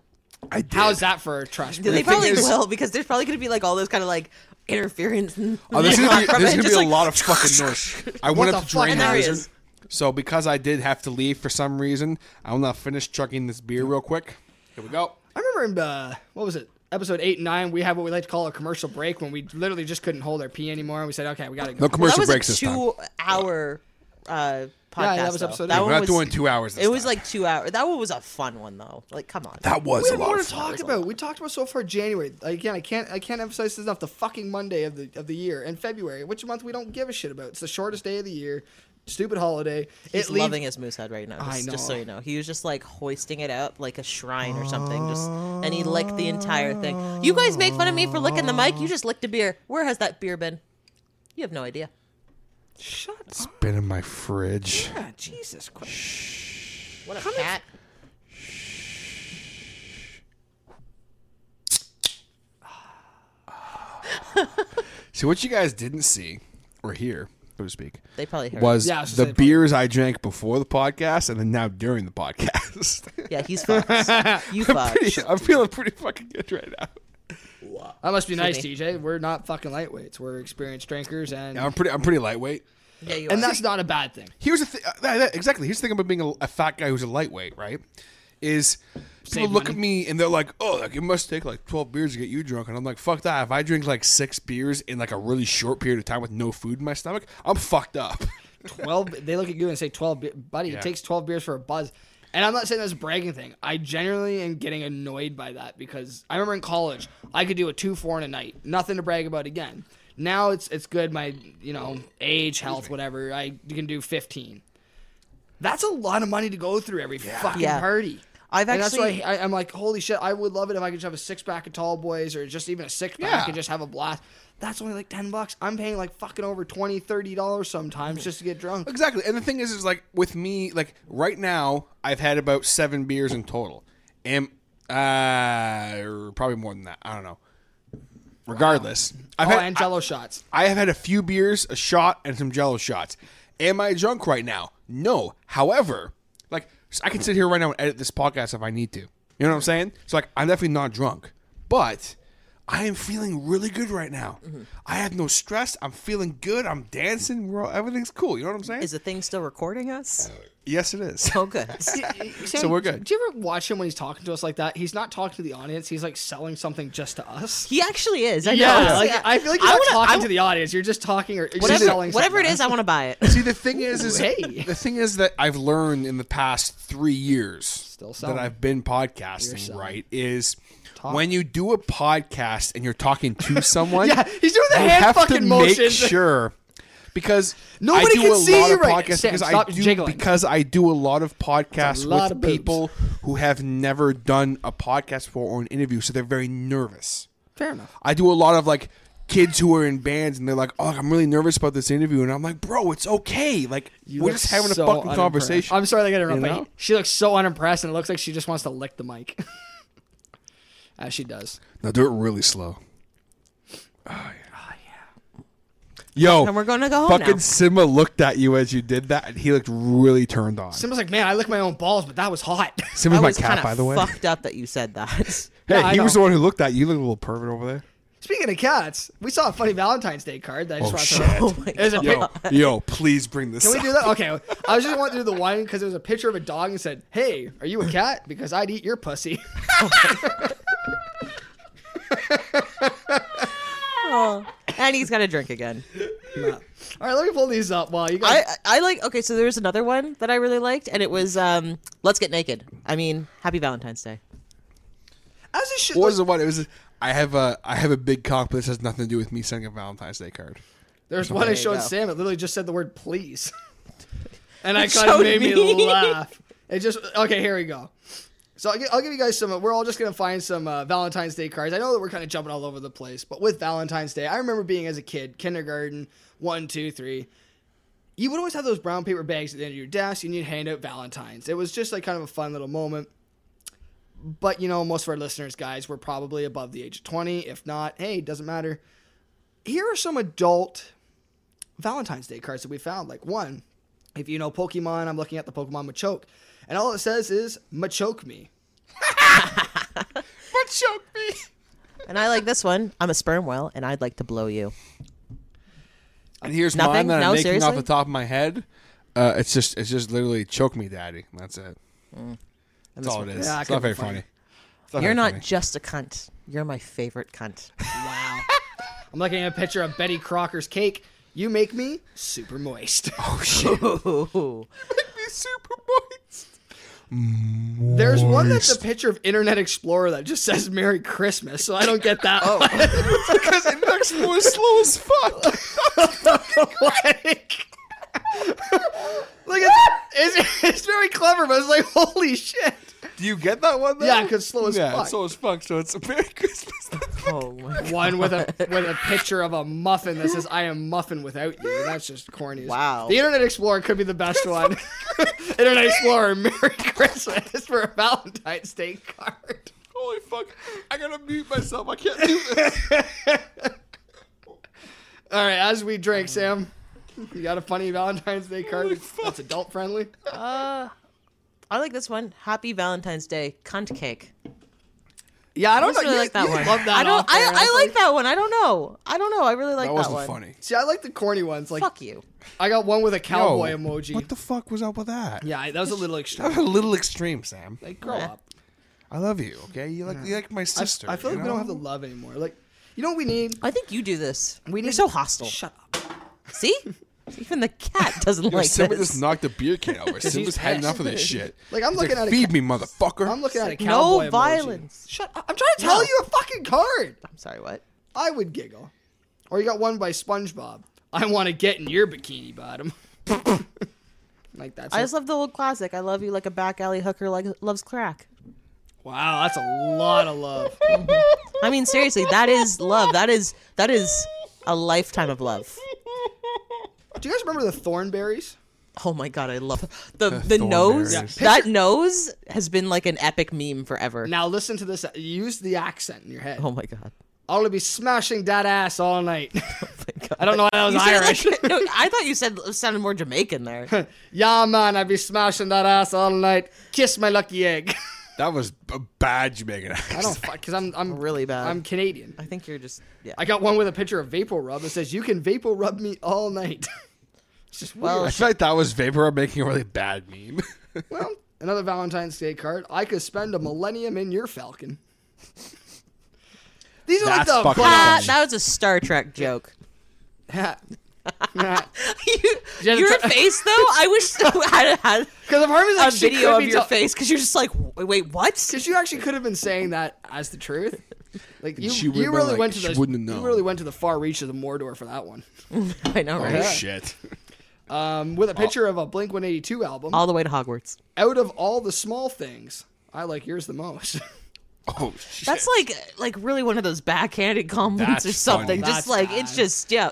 Speaker 6: I did.
Speaker 3: How's that for a trust?
Speaker 8: Yeah, (laughs) they
Speaker 3: break?
Speaker 8: probably
Speaker 6: is-
Speaker 8: will because there's probably going to be like all those kind of like interference. And
Speaker 6: Oh, there's gonna
Speaker 8: (laughs)
Speaker 6: be,
Speaker 8: from
Speaker 6: there's
Speaker 8: it,
Speaker 6: gonna be
Speaker 8: just,
Speaker 6: a
Speaker 8: like,
Speaker 6: lot
Speaker 3: (laughs)
Speaker 6: of fucking noise. I
Speaker 3: What
Speaker 6: went
Speaker 3: the
Speaker 6: up to
Speaker 3: fuck?
Speaker 6: drain
Speaker 8: And there he
Speaker 6: hazard.
Speaker 8: is.
Speaker 6: So because I did have to leave for some reason, I will not finish chucking this beer real quick. Here we go.
Speaker 3: I remember in uh, what was it, episode eight and nine, we had what we like to call a commercial break when we literally just couldn't hold our pee anymore. and We said, okay, we gotta go.
Speaker 6: No
Speaker 8: Well, that
Speaker 6: commercial
Speaker 8: was
Speaker 6: breaks
Speaker 8: a
Speaker 6: this time.
Speaker 8: two-hour uh, podcast.
Speaker 3: that was
Speaker 8: though.
Speaker 3: episode
Speaker 8: That
Speaker 3: eight.
Speaker 8: one
Speaker 6: We're not
Speaker 8: was-
Speaker 6: doing two hours this
Speaker 8: It was
Speaker 6: time.
Speaker 8: like two hours. That one was a fun one though. Like, come on.
Speaker 6: That was
Speaker 3: we
Speaker 6: a
Speaker 3: have
Speaker 6: lot.
Speaker 3: more to
Speaker 6: Of fun.
Speaker 3: talk about. We talked about so far January. Again, I can't I can't emphasize this enough. The fucking Monday of the of the year and February, which month we don't give a shit about. It's the shortest day of the year. Stupid holiday.
Speaker 8: He's
Speaker 3: it leaves-
Speaker 8: loving his moose head right now. Just,
Speaker 3: I
Speaker 8: just so
Speaker 3: know.
Speaker 8: you know, he was just like hoisting it up like a shrine or something. Just and he licked the entire thing. You guys make fun of me for licking the mic. You just licked a beer. Where has that beer been? You have no idea.
Speaker 3: Shut up.
Speaker 6: Been in my fridge.
Speaker 3: Yeah, Jesus Christ.
Speaker 8: What a cat.
Speaker 6: See what you guys didn't see or hear so to speak,
Speaker 8: They probably heard.
Speaker 6: was
Speaker 8: Yeah, I was
Speaker 6: the
Speaker 8: gonna say, probably-
Speaker 6: beers I drank before the podcast and then now during the podcast. (laughs)
Speaker 8: Yeah, he's fucked. You
Speaker 6: I'm, pretty-
Speaker 8: fucked.
Speaker 6: I'm feeling pretty fucking good right now.
Speaker 3: That must be nice,
Speaker 8: Excuse
Speaker 3: TJ. We're not fucking lightweights. We're experienced drinkers, and
Speaker 6: Yeah, I'm pretty. I'm pretty lightweight.
Speaker 8: Yeah, you
Speaker 3: and
Speaker 8: are.
Speaker 3: that's not a bad thing.
Speaker 6: Here's the thing. Exactly. Here's the thing about being a, a fat guy who's a lightweight, right? Is people
Speaker 3: Save
Speaker 6: look
Speaker 3: money.
Speaker 6: at me and they're like, "Oh, like it must take like 12 beers to get you drunk," and I'm like, "Fuck that! If I drink like six beers in like a really short period of time with no food in my stomach, I'm fucked up." (laughs)
Speaker 3: Twelve. they look at you and say twelve, be- buddy.
Speaker 6: Yeah.
Speaker 3: It takes twelve beers for a buzz. And I'm not saying that's a bragging thing. I generally am getting annoyed by that because I remember in college I could do a two four in a night, nothing to brag about again. Now it's it's good. My you know age, health, whatever. I can do fifteen. That's a lot of money to go through every fucking
Speaker 8: Yeah.
Speaker 3: party.
Speaker 8: I've
Speaker 3: and
Speaker 8: actually-
Speaker 3: that's why I, I'm like, holy shit! I would love it if I could just have a six pack of Tall Boys or just even a six pack
Speaker 6: Yeah.
Speaker 3: and just have a blast. That's only like ten bucks. I'm paying like fucking over twenty, thirty dollars sometimes just to get drunk.
Speaker 6: exactly. And the thing is, is like with me, like right now, I've had about seven beers in total, and uh, or probably more than that. I don't know. Regardless, I've
Speaker 3: Oh,
Speaker 6: had
Speaker 3: and Jello shots.
Speaker 6: I have had a few beers, a shot, and some Jello shots. Am I drunk right now? No. However, like I can sit here right now and edit this podcast if I need to. You know what I'm saying? So like I'm definitely not drunk, but I am feeling really good right now. I have no stress. I'm feeling good. I'm dancing. We're all, everything's cool. You know what I'm saying?
Speaker 8: Is the thing still recording us?
Speaker 6: yes, it is. (laughs)
Speaker 8: Oh, good.
Speaker 3: Sam,
Speaker 6: we're good.
Speaker 3: Do you ever watch him when he's talking to us like that? He's not talking to the audience. He's like selling something just to (laughs) us.
Speaker 8: He actually is. I know.
Speaker 3: like, I feel like you're
Speaker 8: I
Speaker 3: not
Speaker 8: wanna-
Speaker 3: talking
Speaker 8: I-
Speaker 3: to the audience. You're just talking or you're just
Speaker 8: Whatever,
Speaker 3: selling
Speaker 8: whatever it
Speaker 3: something.
Speaker 8: is, I want to buy it.
Speaker 6: (laughs) See, the thing is, is
Speaker 3: Hey.
Speaker 6: the thing is that I've learned in the past three years that
Speaker 3: selling.
Speaker 6: I've been podcasting. Right? Is when you do a podcast and you're talking
Speaker 3: (laughs)
Speaker 6: to someone.
Speaker 3: Yeah, he's doing the
Speaker 6: you
Speaker 3: hand
Speaker 6: have to
Speaker 3: fucking
Speaker 6: make
Speaker 3: motions.
Speaker 6: sure because
Speaker 3: Nobody
Speaker 6: I do
Speaker 3: can
Speaker 6: a
Speaker 3: see
Speaker 6: lot
Speaker 3: you
Speaker 6: of
Speaker 3: right now.
Speaker 6: podcasts
Speaker 3: Sam,
Speaker 6: because I
Speaker 3: stop
Speaker 6: do
Speaker 3: jiggling.
Speaker 6: because I do a lot of podcasts
Speaker 3: lot
Speaker 6: with
Speaker 3: of boobs.
Speaker 6: people who have never done a podcast before or an interview, so they're very nervous.
Speaker 3: Fair enough.
Speaker 6: I do a lot of like kids who are in bands and they're like, "Oh, I'm really nervous about this interview," and I'm like, "Bro, it's okay. Like we're
Speaker 3: look
Speaker 6: just having
Speaker 3: so
Speaker 6: a fucking
Speaker 3: unimpressed.
Speaker 6: conversation."
Speaker 3: I'm sorry, I got to interrupt.
Speaker 6: You
Speaker 3: but
Speaker 6: know?
Speaker 3: he- She looks so unimpressed, and it looks like she just wants to lick the mic. (laughs) As she does.
Speaker 6: now do it really slow. Oh yeah. Yo,
Speaker 8: And Oh, we're gonna go home
Speaker 6: fucking
Speaker 8: now.
Speaker 6: Simba looked at you as you did that, and he looked really turned on.
Speaker 3: Simba's like, man, I lick my own balls, but that was hot. (laughs)
Speaker 6: Simba's my
Speaker 8: was
Speaker 6: cat,
Speaker 8: kinda
Speaker 6: by the way.
Speaker 8: Fucked up that you said that. (laughs)
Speaker 6: Hey,
Speaker 3: Yeah, I
Speaker 6: he was
Speaker 3: know.
Speaker 6: the one who looked at you. You look a little pervert over there.
Speaker 3: Speaking of cats, we saw a funny Valentine's Day card that I just
Speaker 6: Oh,
Speaker 3: want
Speaker 6: shit.
Speaker 3: to throw.
Speaker 8: oh my
Speaker 3: It was a
Speaker 8: god.
Speaker 3: pic-
Speaker 6: Yo, yo, please bring this.
Speaker 3: Can we
Speaker 6: up.
Speaker 3: do that? Okay. I was just wanting to do the one because it was a picture of a dog and said, Hey, are you a cat? Because I'd eat your pussy. (laughs)
Speaker 8: And he's got to drink again.
Speaker 3: All right, let me pull these up while you guys.
Speaker 8: I I like okay. So there was another one that I really liked, and it was um, let's get naked. I mean, happy Valentine's Day.
Speaker 3: As it should.
Speaker 6: What was the one? It was. I have a I have a big cock, but this has nothing to do with me sending a Valentine's Day card.
Speaker 3: there's one I
Speaker 8: There you
Speaker 3: showed
Speaker 8: go.
Speaker 3: Sam. It literally just said the word please. And I
Speaker 8: It
Speaker 3: kind of
Speaker 8: showed
Speaker 3: made me.
Speaker 8: me.
Speaker 3: laugh. It just. Okay, here we go. So I'll gi- I'll give you guys some. uh, We're all just gonna find some uh, Valentine's Day cards. I know that we're kind of jumping all over the place, but with Valentine's Day, I remember being as a kid, kindergarten, one, two, three. You would always have those brown paper bags at the end of your desk, and you'd hand out Valentines. It was just like kind of a fun little moment. But you know, most of our listeners, guys, were probably above the age of twenty. If not, hey, it doesn't matter. Here are some adult Valentine's Day cards that we found. Like one, if you know Pokemon, I'm looking at the Pokemon Machoke, and all it says is Machoke me.
Speaker 8: And I like this one. I'm a sperm whale, and I'd like to blow you.
Speaker 6: And here's
Speaker 8: Nothing?
Speaker 6: mine that I'm
Speaker 8: No,
Speaker 6: making off
Speaker 8: seriously?
Speaker 6: the top of my head. Uh, it's just it's just literally choke me, daddy. That's it.
Speaker 3: Mm.
Speaker 6: That's all it is.
Speaker 3: Yeah, I
Speaker 6: it's not
Speaker 3: couldn't
Speaker 6: very
Speaker 3: find
Speaker 6: funny.
Speaker 3: it.
Speaker 6: It's very
Speaker 8: You're not
Speaker 6: funny.
Speaker 8: just a cunt. You're my
Speaker 3: (laughs)
Speaker 8: favorite cunt.
Speaker 3: Wow. I'm looking at a picture of Betty Crocker's cake. You make me super moist. (laughs)
Speaker 8: Ooh. (laughs)
Speaker 3: There's one that's a picture of Internet Explorer that just says Merry Christmas, so I don't get that. Oh.
Speaker 6: because it (laughs) looks more slow as
Speaker 3: (laughs) (laughs)
Speaker 6: fuck.
Speaker 3: like, (laughs) like it's, it's, it's very clever, but it's like, holy shit.
Speaker 6: Do you get that one? Though?
Speaker 3: Yeah, 'cause slow as
Speaker 6: yeah,
Speaker 3: fuck.
Speaker 6: it's slow as fuck. So it's a Merry Christmas. (laughs)
Speaker 8: Oh my
Speaker 3: (laughs)
Speaker 8: God.
Speaker 3: One with a with a picture of a muffin that says "I am muffin without you." and That's just corny. as-
Speaker 8: Wow.
Speaker 3: The Internet Explorer could be the best one. (laughs) Internet Explorer, Merry Christmas for a Valentine's Day card.
Speaker 6: Holy fuck! I gotta mute myself. I can't do this.
Speaker 3: All right, as we drink, Sam. You got a funny Valentine's Day card that's- that's adult friendly?
Speaker 8: Uh, I like this one. Happy Valentine's Day, cunt cake.
Speaker 3: Yeah, I don't know.
Speaker 8: really
Speaker 3: You-
Speaker 8: like that
Speaker 3: you
Speaker 8: one.
Speaker 3: love that
Speaker 8: I don't.
Speaker 3: off there,
Speaker 8: I,
Speaker 3: honestly.
Speaker 8: I like that one. I don't know. I don't know. I really like
Speaker 3: That
Speaker 8: that,
Speaker 3: wasn't
Speaker 8: one.
Speaker 6: funny.
Speaker 3: See, I like the corny ones. Like
Speaker 8: Fuck you.
Speaker 3: I got one with a cowboy
Speaker 6: Yo,
Speaker 3: Oh, emoji.
Speaker 6: Oh, What the fuck was up with that?
Speaker 3: Yeah, I- that was a little extreme.
Speaker 6: That was a little extreme, Sam.
Speaker 3: Like, grow
Speaker 6: Yeah.
Speaker 3: up.
Speaker 6: I love you. Okay, you like you like my
Speaker 3: I-
Speaker 6: sister.
Speaker 3: I, feel like
Speaker 6: you
Speaker 3: we don't
Speaker 6: know?
Speaker 3: have the love anymore. Like, you know what we need?
Speaker 8: I think you do this.
Speaker 3: We need
Speaker 8: You're so hostile.
Speaker 3: Shut
Speaker 8: up.
Speaker 3: (laughs)
Speaker 8: See, even the cat doesn't
Speaker 6: Yo,
Speaker 8: like
Speaker 6: Simba
Speaker 8: this.
Speaker 6: just knocked a beer can (laughs) over.
Speaker 3: Because
Speaker 6: Simba's
Speaker 3: he's
Speaker 6: had
Speaker 3: pissed.
Speaker 6: enough of this (laughs) shit.
Speaker 3: Like, I'm
Speaker 6: He's
Speaker 3: looking at a
Speaker 6: feed
Speaker 3: ca-
Speaker 6: me, motherfucker.
Speaker 3: I'm looking at a
Speaker 8: Like,
Speaker 3: cowboy
Speaker 8: no
Speaker 3: emoji.
Speaker 8: violence.
Speaker 3: Shut up. I'm trying to tell
Speaker 8: No.
Speaker 3: you a fucking card.
Speaker 8: I'm sorry. What?
Speaker 3: I would giggle. Or you got one by SpongeBob. I want to get in your bikini bottom. (laughs) like that's
Speaker 8: I
Speaker 3: a-
Speaker 8: just love the old classic. I love you like a back alley hooker like loves crack.
Speaker 3: wow. That's a lot of love.
Speaker 8: I mean, seriously, that is love. That is that is a lifetime of love.
Speaker 3: Do you guys remember the Thornberries?
Speaker 8: Oh my god, I love the the,
Speaker 6: thorn
Speaker 8: nose.
Speaker 6: berries.
Speaker 3: Yeah,
Speaker 8: That
Speaker 3: picture-
Speaker 8: nose has been like an epic meme forever.
Speaker 3: Now listen to this. Use the accent in your head.
Speaker 8: Oh my god.
Speaker 3: I want to be smashing that ass all
Speaker 8: (laughs)
Speaker 3: night.
Speaker 8: God.
Speaker 3: I don't know why that was
Speaker 8: You said it
Speaker 3: Irish.
Speaker 8: like- no, I thought you said it sounded more
Speaker 3: (laughs)
Speaker 8: Jamaican there.
Speaker 3: yeah, man, I be smashing that ass all night. Kiss my lucky egg. (laughs)
Speaker 6: That was a bad Jamaican accent.
Speaker 3: I don't fuck because I'm I'm
Speaker 8: Really bad.
Speaker 3: I'm Canadian.
Speaker 8: I think you're just yeah.
Speaker 3: I got one with a picture of vapor rub that says you can vapor rub me all night. (laughs) it's just weird.
Speaker 6: (laughs)
Speaker 8: Well,
Speaker 6: I feel like that was Vapor making a really bad (laughs) meme.
Speaker 3: Well, another Valentine's Day card. I could spend a millennium in your Falcon. These are like
Speaker 6: That's
Speaker 3: the
Speaker 6: fucking
Speaker 8: Ah,
Speaker 6: funny.
Speaker 8: that was a Star Trek joke. (laughs)
Speaker 3: (laughs) because
Speaker 8: you,
Speaker 3: Jenna,
Speaker 8: your
Speaker 3: try-
Speaker 8: face though, I wish (laughs) I had
Speaker 3: of Harmony's
Speaker 8: a
Speaker 3: like, she
Speaker 8: video
Speaker 3: could
Speaker 8: of
Speaker 3: be
Speaker 8: your
Speaker 3: tell-
Speaker 8: face because you're just like, "Wait, wait, what?
Speaker 3: Because you actually could have been saying that as the
Speaker 6: (laughs)
Speaker 3: truth. Like you,
Speaker 6: she would've
Speaker 3: you
Speaker 6: been
Speaker 3: really
Speaker 6: like,
Speaker 3: went to
Speaker 6: she
Speaker 3: the
Speaker 6: wouldn't have known.
Speaker 3: you really went to the far reach of the Mordor for that one.
Speaker 8: I know, right?
Speaker 6: oh shit. (laughs)
Speaker 3: Um,
Speaker 6: Oh.
Speaker 3: with a picture of a Blink 182 album.
Speaker 8: All the way to Hogwarts.
Speaker 3: Out of all the small things, I like yours the most. (laughs)
Speaker 6: Oh (laughs) shit.
Speaker 8: That's like like really one of those backhanded compliments
Speaker 6: That's
Speaker 8: or something.
Speaker 6: funny.
Speaker 8: Just
Speaker 3: That's
Speaker 8: like
Speaker 3: bad.
Speaker 8: it's just yeah.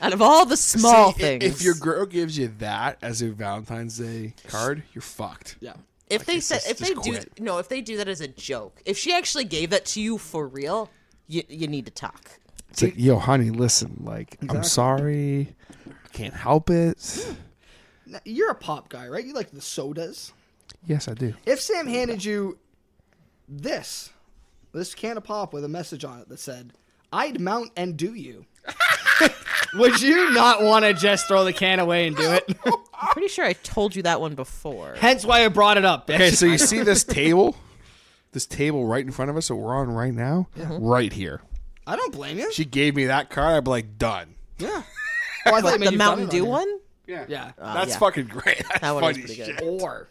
Speaker 8: Out of all the small
Speaker 6: See, i-
Speaker 8: things,
Speaker 6: If your girl gives you that as a Valentine's Day card, you're fucked.
Speaker 3: yeah.
Speaker 8: if they said
Speaker 6: just-
Speaker 8: if they
Speaker 6: just
Speaker 8: do
Speaker 6: quit.
Speaker 8: no if they do that as a joke, if she actually gave that to you for real, you you need to talk.
Speaker 6: It's like, yo, honey, listen, like, I'm sorry. I can't help (gasps) it.
Speaker 3: Now, you're a pop guy, right? You like the sodas.
Speaker 6: Yes, I do.
Speaker 3: If Sam handed you this, this can of pop with a message on it that said, I'd mount and do you. (laughs) Would you not want to just throw the can away and do it? (laughs)
Speaker 8: I'm pretty sure I told you that one before.
Speaker 3: Hence why I brought it up, bitch.
Speaker 6: Okay, (laughs) so you see this table? This table right in front of us that we're on right now? Right here.
Speaker 3: I don't blame you.
Speaker 6: She gave me that card. I'd be like, done. (laughs)
Speaker 3: yeah. Well, I thought you meant
Speaker 8: The
Speaker 3: you've done
Speaker 8: Mountain
Speaker 3: it on
Speaker 8: Dew
Speaker 3: here.
Speaker 8: one.
Speaker 3: Yeah.
Speaker 6: That's
Speaker 8: yeah.
Speaker 6: fucking great. That's
Speaker 8: That one was
Speaker 6: funny.
Speaker 8: pretty
Speaker 6: shit.
Speaker 8: good.
Speaker 3: or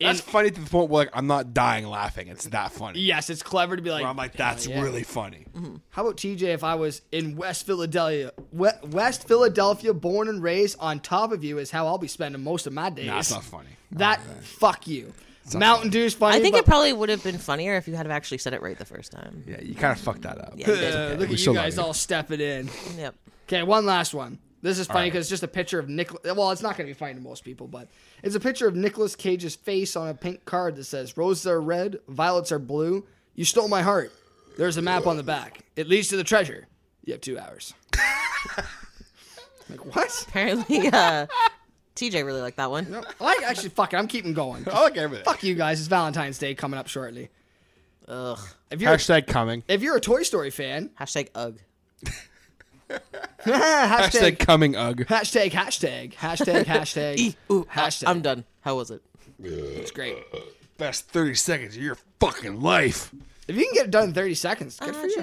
Speaker 6: That's funny to the point where like I'm not dying laughing. It's that funny.
Speaker 3: yes, it's clever to be like.
Speaker 6: Where I'm like, that's really funny.
Speaker 3: How about TJ if I was in West Philadelphia, we- West Philadelphia, born and raised on top of you is how I'll be spending most of my days.
Speaker 6: That's not funny.
Speaker 3: That fuck you. Mountain Dew's funny.
Speaker 8: I think
Speaker 3: but-
Speaker 8: it probably would have been funnier if you had have actually said it right the first time.
Speaker 6: Yeah, you kind of fucked that up.
Speaker 8: Yeah, you did.
Speaker 3: Uh, Look
Speaker 6: We
Speaker 3: at you
Speaker 6: still love
Speaker 3: guys
Speaker 6: you.
Speaker 3: all stepping in.
Speaker 8: Yep.
Speaker 3: Okay, one last one. This is funny because it's just a picture of Nick. Well, it's not going to be funny to most people, but it's a picture of Nicolas Cage's face on a pink card that says, Roses are red, violets are blue. You stole my heart. There's a map on the back. It leads to the treasure. You have two hours. like, what?
Speaker 8: Apparently, uh, TJ really liked that one.
Speaker 3: I actually, fuck it. I'm keeping going.
Speaker 6: I like everything.
Speaker 3: Fuck you guys. It's Valentine's Day coming up shortly.
Speaker 8: Ugh.
Speaker 3: If you're,
Speaker 6: Hashtag coming.
Speaker 3: if you're a Toy Story fan,
Speaker 8: Hashtag ugh.
Speaker 6: Hashtag
Speaker 3: hashtag,
Speaker 6: coming. Ugh.
Speaker 3: hashtag, hashtag, hashtag,
Speaker 6: (laughs) E.
Speaker 3: hashtag,
Speaker 8: Ooh, I-
Speaker 3: hashtag.
Speaker 8: I'm done. How was it?
Speaker 3: It's great.
Speaker 6: Best 30 seconds of your fucking life.
Speaker 3: If you can get it done in 30 seconds, good for you.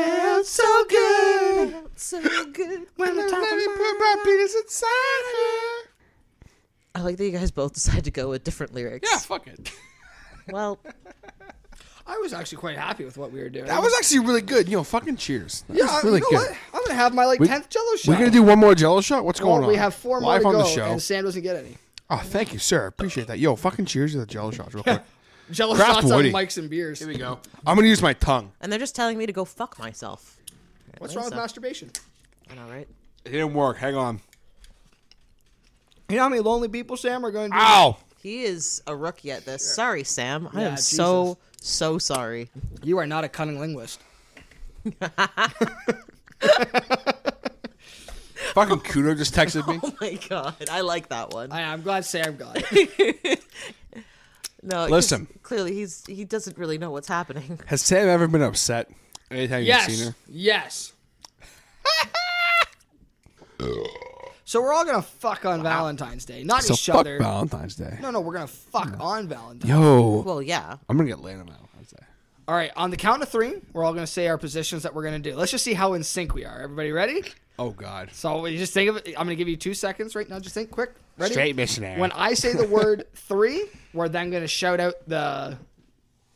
Speaker 6: That's so good.
Speaker 8: so good.
Speaker 6: When let me put my penis inside her.
Speaker 8: I like that you guys both (laughs) decided to go with different lyrics.
Speaker 6: Yeah, fuck it.
Speaker 8: Well,
Speaker 3: I was actually quite happy with what we were doing.
Speaker 6: That was actually really good. You know, fucking cheers. That
Speaker 3: yeah,
Speaker 6: was
Speaker 3: really
Speaker 6: really
Speaker 3: you know
Speaker 6: good.
Speaker 3: what? I'm gonna have my like
Speaker 6: We-
Speaker 3: tenth Jello shot.
Speaker 6: We're gonna do one more Jello shot. What's
Speaker 3: Well,
Speaker 6: going on?
Speaker 3: we have four more
Speaker 6: live
Speaker 3: to
Speaker 6: on
Speaker 3: go,
Speaker 6: the show.
Speaker 3: and Sam doesn't get any.
Speaker 6: Oh, thank you, sir. Appreciate that. Yo, fucking cheers to the Jello shots, real quick.
Speaker 3: Jello
Speaker 6: Craft
Speaker 3: shots
Speaker 6: Woody.
Speaker 3: on mics and beers. Here we go.
Speaker 6: I'm gonna use my tongue.
Speaker 8: and they're just telling me to go fuck myself.
Speaker 3: What's wrong with masturbation?
Speaker 8: I know, right?
Speaker 6: It didn't work. Hang on.
Speaker 3: You know how many lonely people Sam are going to.
Speaker 6: Ow!
Speaker 8: He is a rookie at this. Sorry, Sam. I
Speaker 3: Yeah,
Speaker 8: am so so sorry. (laughs) Oh
Speaker 3: You are not a cunning linguist.
Speaker 6: (laughs) Fucking Cooter just texted me.
Speaker 8: Oh my god, I like that one.
Speaker 3: I, I'm glad Sam got it.
Speaker 8: No, 'cause
Speaker 6: Listen.
Speaker 8: Clearly, he's he doesn't really know what's happening.
Speaker 6: (laughs)
Speaker 8: (laughs)
Speaker 6: Has Sam ever been upset anytime you've seen
Speaker 3: Yes.
Speaker 6: her? (laughs)
Speaker 3: Yes. so we're all gonna fuck on Valentine's Day, not
Speaker 6: So
Speaker 3: each
Speaker 6: fuck
Speaker 3: other.
Speaker 6: Valentine's Day.
Speaker 3: No, no, we're gonna fuck on Valentine's.
Speaker 6: Yo,
Speaker 8: Well, yeah.
Speaker 6: I'm gonna get laid on Valentine's Day.
Speaker 3: All right, on the count of three, we're all gonna say our positions that we're gonna do. Let's just see how in sync we are. Everybody ready?
Speaker 6: Oh God.
Speaker 3: So we just think of it. I'm gonna give you two seconds right now. Just think quick. Ready?
Speaker 6: missionary.
Speaker 3: When I say the word three, we're then gonna shout out the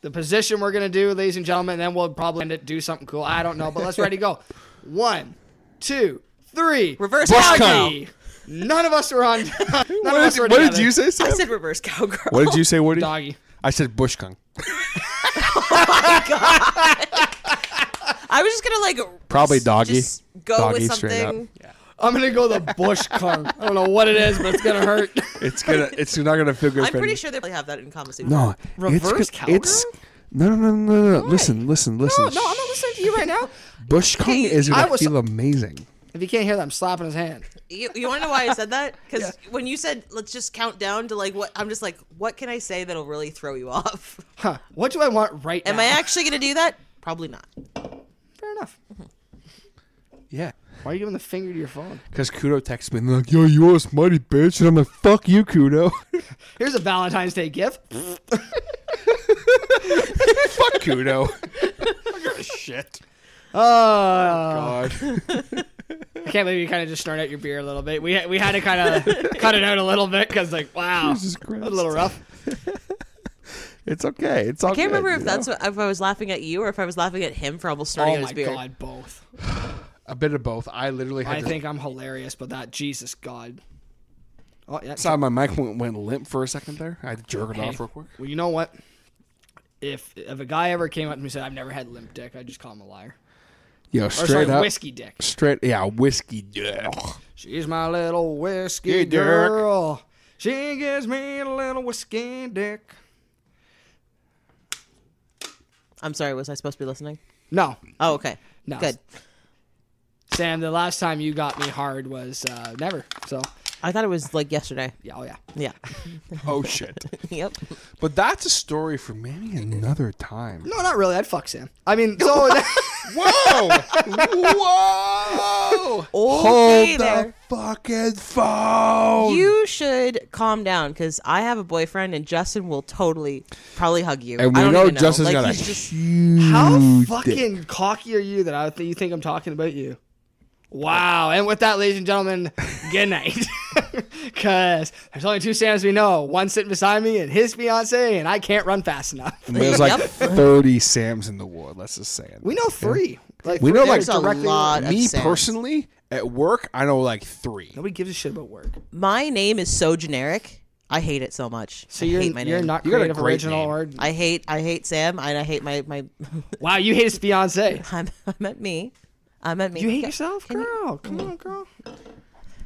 Speaker 3: the position we're gonna do, ladies and gentlemen. And then we'll probably end it do something cool. I don't know, but let's ready go. One, two, three.
Speaker 8: Reverse
Speaker 6: Bush
Speaker 8: cowgirl.
Speaker 3: Doggy. None of us were on. (laughs) None of
Speaker 6: what
Speaker 3: us
Speaker 6: did,
Speaker 3: were
Speaker 6: what did
Speaker 3: together.
Speaker 6: you say, Sam?
Speaker 8: I said reverse cowgirl.
Speaker 6: what did you say, Woody?
Speaker 3: Doggy.
Speaker 6: I said bush kung.
Speaker 8: (laughs) I was just gonna like
Speaker 6: Probably
Speaker 8: s-
Speaker 6: doggy.
Speaker 8: just go
Speaker 6: Doggy
Speaker 8: with
Speaker 6: straight
Speaker 8: something.
Speaker 3: I'm gonna go the bush kung. I don't know what it is, but it's gonna
Speaker 6: (laughs)
Speaker 3: hurt.
Speaker 6: It's gonna. It's not gonna feel good.
Speaker 8: I'm
Speaker 6: for
Speaker 8: pretty
Speaker 6: any-
Speaker 8: sure they probably have that in conversation.
Speaker 6: No.
Speaker 3: Reverse
Speaker 6: it's, good- It's no, no, no, no, no. no. Listen, listen, listen.
Speaker 3: No, no, I'm not listening to you right now.
Speaker 6: Bush kung is
Speaker 3: I
Speaker 6: gonna
Speaker 3: was-
Speaker 6: feel amazing.
Speaker 3: If you can't hear that, I'm slapping his hand.
Speaker 8: You, you want to know why I said (laughs) that? Because when you said let's just count down to like what I'm just like, what can I say that'll really throw you off?
Speaker 3: Huh? What do I want right
Speaker 8: Am
Speaker 3: now?
Speaker 8: I actually gonna do that? Probably not.
Speaker 3: Fair enough.
Speaker 6: Yeah.
Speaker 3: Why are you giving the finger to your phone?
Speaker 6: Because Kudo texts me and they're like, "Yo, you owe us money, bitch," and I'm like, "Fuck you, Kudo." (laughs)
Speaker 3: Here's a Valentine's Day gift.
Speaker 6: Fuck Kudo. Shit.
Speaker 3: Uh,
Speaker 6: God.
Speaker 3: I can't believe you kind of just snorted out your beer a little bit. We we had to kind of (laughs) cut it out a little bit because like wow,
Speaker 6: Jesus Christ.
Speaker 3: a little rough.
Speaker 6: It's okay. It's all
Speaker 8: I can't
Speaker 6: good,
Speaker 8: remember if
Speaker 6: you
Speaker 8: that's
Speaker 6: know?
Speaker 8: what, if I was laughing at you or if I was laughing at him for almost snorting
Speaker 3: Oh
Speaker 8: out
Speaker 3: my
Speaker 8: his beard.
Speaker 3: god, both.
Speaker 6: a bit of both. I literally had
Speaker 3: I
Speaker 6: to
Speaker 3: think I'm hilarious, but that Jesus God. Oh yeah.
Speaker 6: (laughs) Sorry, my mic went, went limp for a second there. I had to jerk it
Speaker 3: Hey,
Speaker 6: off real quick.
Speaker 3: Well, you know what? If if a guy ever came up to me and said I've never had limp dick, I'd just call him a liar.
Speaker 6: Yo,
Speaker 3: Or
Speaker 6: straight
Speaker 3: sorry,
Speaker 6: up,
Speaker 3: whiskey dick.
Speaker 6: straight yeah, whiskey. (laughs) Yeah.
Speaker 3: She's my little whiskey
Speaker 6: Hey, Dick.
Speaker 3: girl. She gives me a little whiskey dick.
Speaker 8: I'm sorry, was I supposed to be listening?
Speaker 3: No,
Speaker 8: Oh, okay.
Speaker 3: No.
Speaker 8: Good.
Speaker 3: Sam, the last time you got me hard was uh, never. So
Speaker 8: I thought it was like yesterday.
Speaker 3: yeah, oh yeah.
Speaker 8: Yeah. (laughs)
Speaker 6: Oh shit!
Speaker 8: yep.
Speaker 6: But that's a story for maybe another time.
Speaker 3: No, not really. I'd fuck Sam. I mean,
Speaker 6: (laughs)
Speaker 3: so
Speaker 6: Whoa! (laughs) Whoa! Hold
Speaker 8: Okay,
Speaker 6: the
Speaker 8: there.
Speaker 6: fucking phone.
Speaker 8: You should calm down because I have a boyfriend and Justin will totally probably hug you.
Speaker 6: and
Speaker 8: I
Speaker 6: we
Speaker 8: don't
Speaker 6: know
Speaker 8: even
Speaker 6: Justin's
Speaker 8: like,
Speaker 6: got a
Speaker 8: he's just
Speaker 6: huge.
Speaker 3: (laughs) how
Speaker 6: dick.
Speaker 3: fucking cocky are you that I think you think I'm talking about you? Wow. And with that, ladies and gentlemen, good night. (laughs) Because there's only two Sams we know one sitting beside me and his fiance, and I can't run fast enough.
Speaker 6: There's like
Speaker 8: Yep.
Speaker 6: 30 Sams in the world. Let's just say it.
Speaker 3: We know three. Like,
Speaker 6: We know like
Speaker 8: There's a lot
Speaker 6: me
Speaker 8: of Sams.
Speaker 6: personally at work. I know like three.
Speaker 3: Nobody gives a shit about work.
Speaker 8: my name is so generic. I hate it so much.
Speaker 3: So
Speaker 8: I
Speaker 3: you're,
Speaker 8: hate my
Speaker 3: you're
Speaker 8: name.
Speaker 3: not
Speaker 6: You got a
Speaker 3: creative,
Speaker 6: great
Speaker 3: original,
Speaker 6: name.
Speaker 3: or
Speaker 8: I hate I hate Sam and I hate my (laughs) my
Speaker 3: wow, you hate his fiance.
Speaker 8: I'm, I'm at me. I'm at me.
Speaker 3: You hate
Speaker 8: Yeah.
Speaker 3: yourself,
Speaker 8: Can you-
Speaker 3: girl. Come on, girl.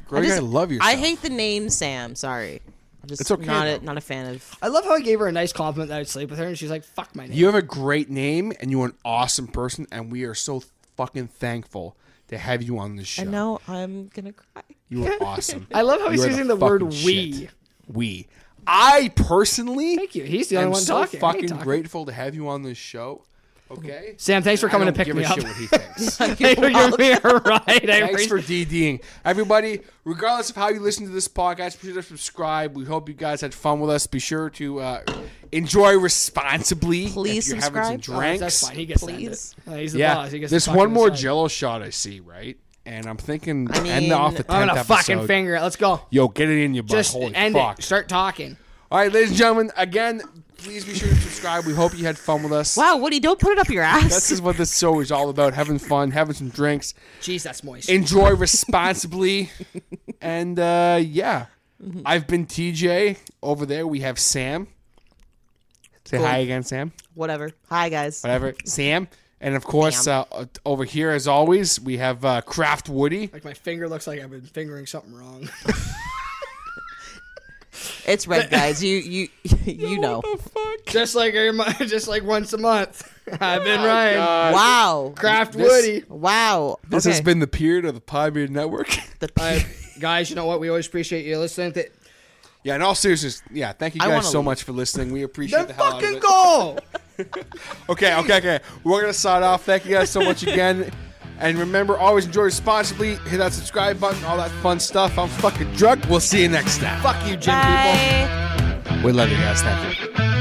Speaker 6: Girl, you
Speaker 8: just-
Speaker 6: gotta love yourself.
Speaker 8: I hate the name Sam. Sorry. I'm just
Speaker 6: It's okay,
Speaker 8: not a,
Speaker 6: though.
Speaker 8: not a fan of.
Speaker 3: I love how I gave her a nice compliment that I'd sleep with her, and she's like, "Fuck my name."
Speaker 6: You have a great name and you're an awesome person, and we are so fucking thankful to have you on this show.
Speaker 8: And now I'm gonna cry.
Speaker 6: You are awesome.
Speaker 3: (laughs) I love how he's
Speaker 6: You are
Speaker 3: using the word
Speaker 6: fucking
Speaker 3: "we."
Speaker 6: shit. We. I personally
Speaker 3: Thank you. He's the only
Speaker 6: am
Speaker 3: one
Speaker 6: so
Speaker 3: talking. I ain't
Speaker 6: fucking
Speaker 3: talking.
Speaker 6: grateful to have you on this show. Okay?
Speaker 3: Sam, thanks for
Speaker 6: I
Speaker 3: coming to
Speaker 6: don't
Speaker 3: pick
Speaker 6: give
Speaker 3: me
Speaker 6: a
Speaker 3: up.
Speaker 6: shit what
Speaker 3: (laughs)
Speaker 6: he thinks.
Speaker 3: Thanks for giving me a ride. I
Speaker 6: Thanks for
Speaker 3: appreciate
Speaker 6: DDing. Everybody, regardless of how you listen to this podcast, be sure to subscribe. We hope you guys had fun with us. Be sure to uh, enjoy responsibly.
Speaker 8: Please
Speaker 6: if you're having some
Speaker 8: subscribe.
Speaker 6: drinks.
Speaker 3: Oh, That's fine. He gets to end it.
Speaker 8: Please.
Speaker 3: Uh, he's the
Speaker 6: Yeah,
Speaker 3: boss. He gets to
Speaker 6: there's
Speaker 3: fucking
Speaker 6: one more
Speaker 3: decide.
Speaker 6: Jello shot I see, right? And I'm thinking,
Speaker 8: I
Speaker 6: end off the
Speaker 8: mean,
Speaker 6: 10th
Speaker 3: I'm gonna
Speaker 6: episode.
Speaker 3: fucking finger it. Let's go.
Speaker 6: Yo, get it in your butt.
Speaker 3: Just
Speaker 6: Holy
Speaker 3: end
Speaker 6: fuck!
Speaker 3: it. Start talking.
Speaker 6: All right, ladies and gentlemen, again, please be sure to subscribe. We hope you had fun with us.
Speaker 8: Wow, Woody, don't put it up your
Speaker 6: This
Speaker 8: ass.
Speaker 6: is what this show is all about: having fun, having some drinks,
Speaker 3: Jeez, that's moist.
Speaker 6: enjoy responsibly, and uh, yeah.
Speaker 8: Mm-hmm.
Speaker 6: I've been TJ. Over there, we have Sam. Say hi again, Sam.
Speaker 8: Whatever. Hi guys.
Speaker 6: Whatever, Sam. And of course, uh,
Speaker 8: Mm-hmm. Sam.
Speaker 6: over here, as always, we have uh, Craft Woody. (laughs)
Speaker 3: like my finger looks like I've been fingering something wrong.
Speaker 8: It's red, guys. You you (laughs) you know.
Speaker 3: Just like every month, (laughs) just like once a month. (laughs) I've been Ryan.
Speaker 8: Wow.
Speaker 3: Craft
Speaker 6: Oh This-
Speaker 3: Woody.
Speaker 8: Wow.
Speaker 6: This has been the period of the Podbeard Network. (laughs)
Speaker 3: I, guys, you know what? We always appreciate you listening. To,
Speaker 6: yeah, in all seriousness, yeah, thank you
Speaker 8: I
Speaker 6: guys
Speaker 8: wanna
Speaker 6: so
Speaker 8: leave.
Speaker 6: much for listening. We appreciate
Speaker 3: then
Speaker 6: the hell out of
Speaker 3: fucking
Speaker 6: it. (laughs)
Speaker 3: go.
Speaker 6: Okay, okay, okay. We're gonna sign off. Thank you guys so much again. And remember, always enjoy responsibly. Hit that subscribe button, all that fun stuff. I'm fucking drunk. We'll see you next time.
Speaker 3: Fuck you, Jim people.
Speaker 8: Bye.
Speaker 6: We love you guys. Thank you.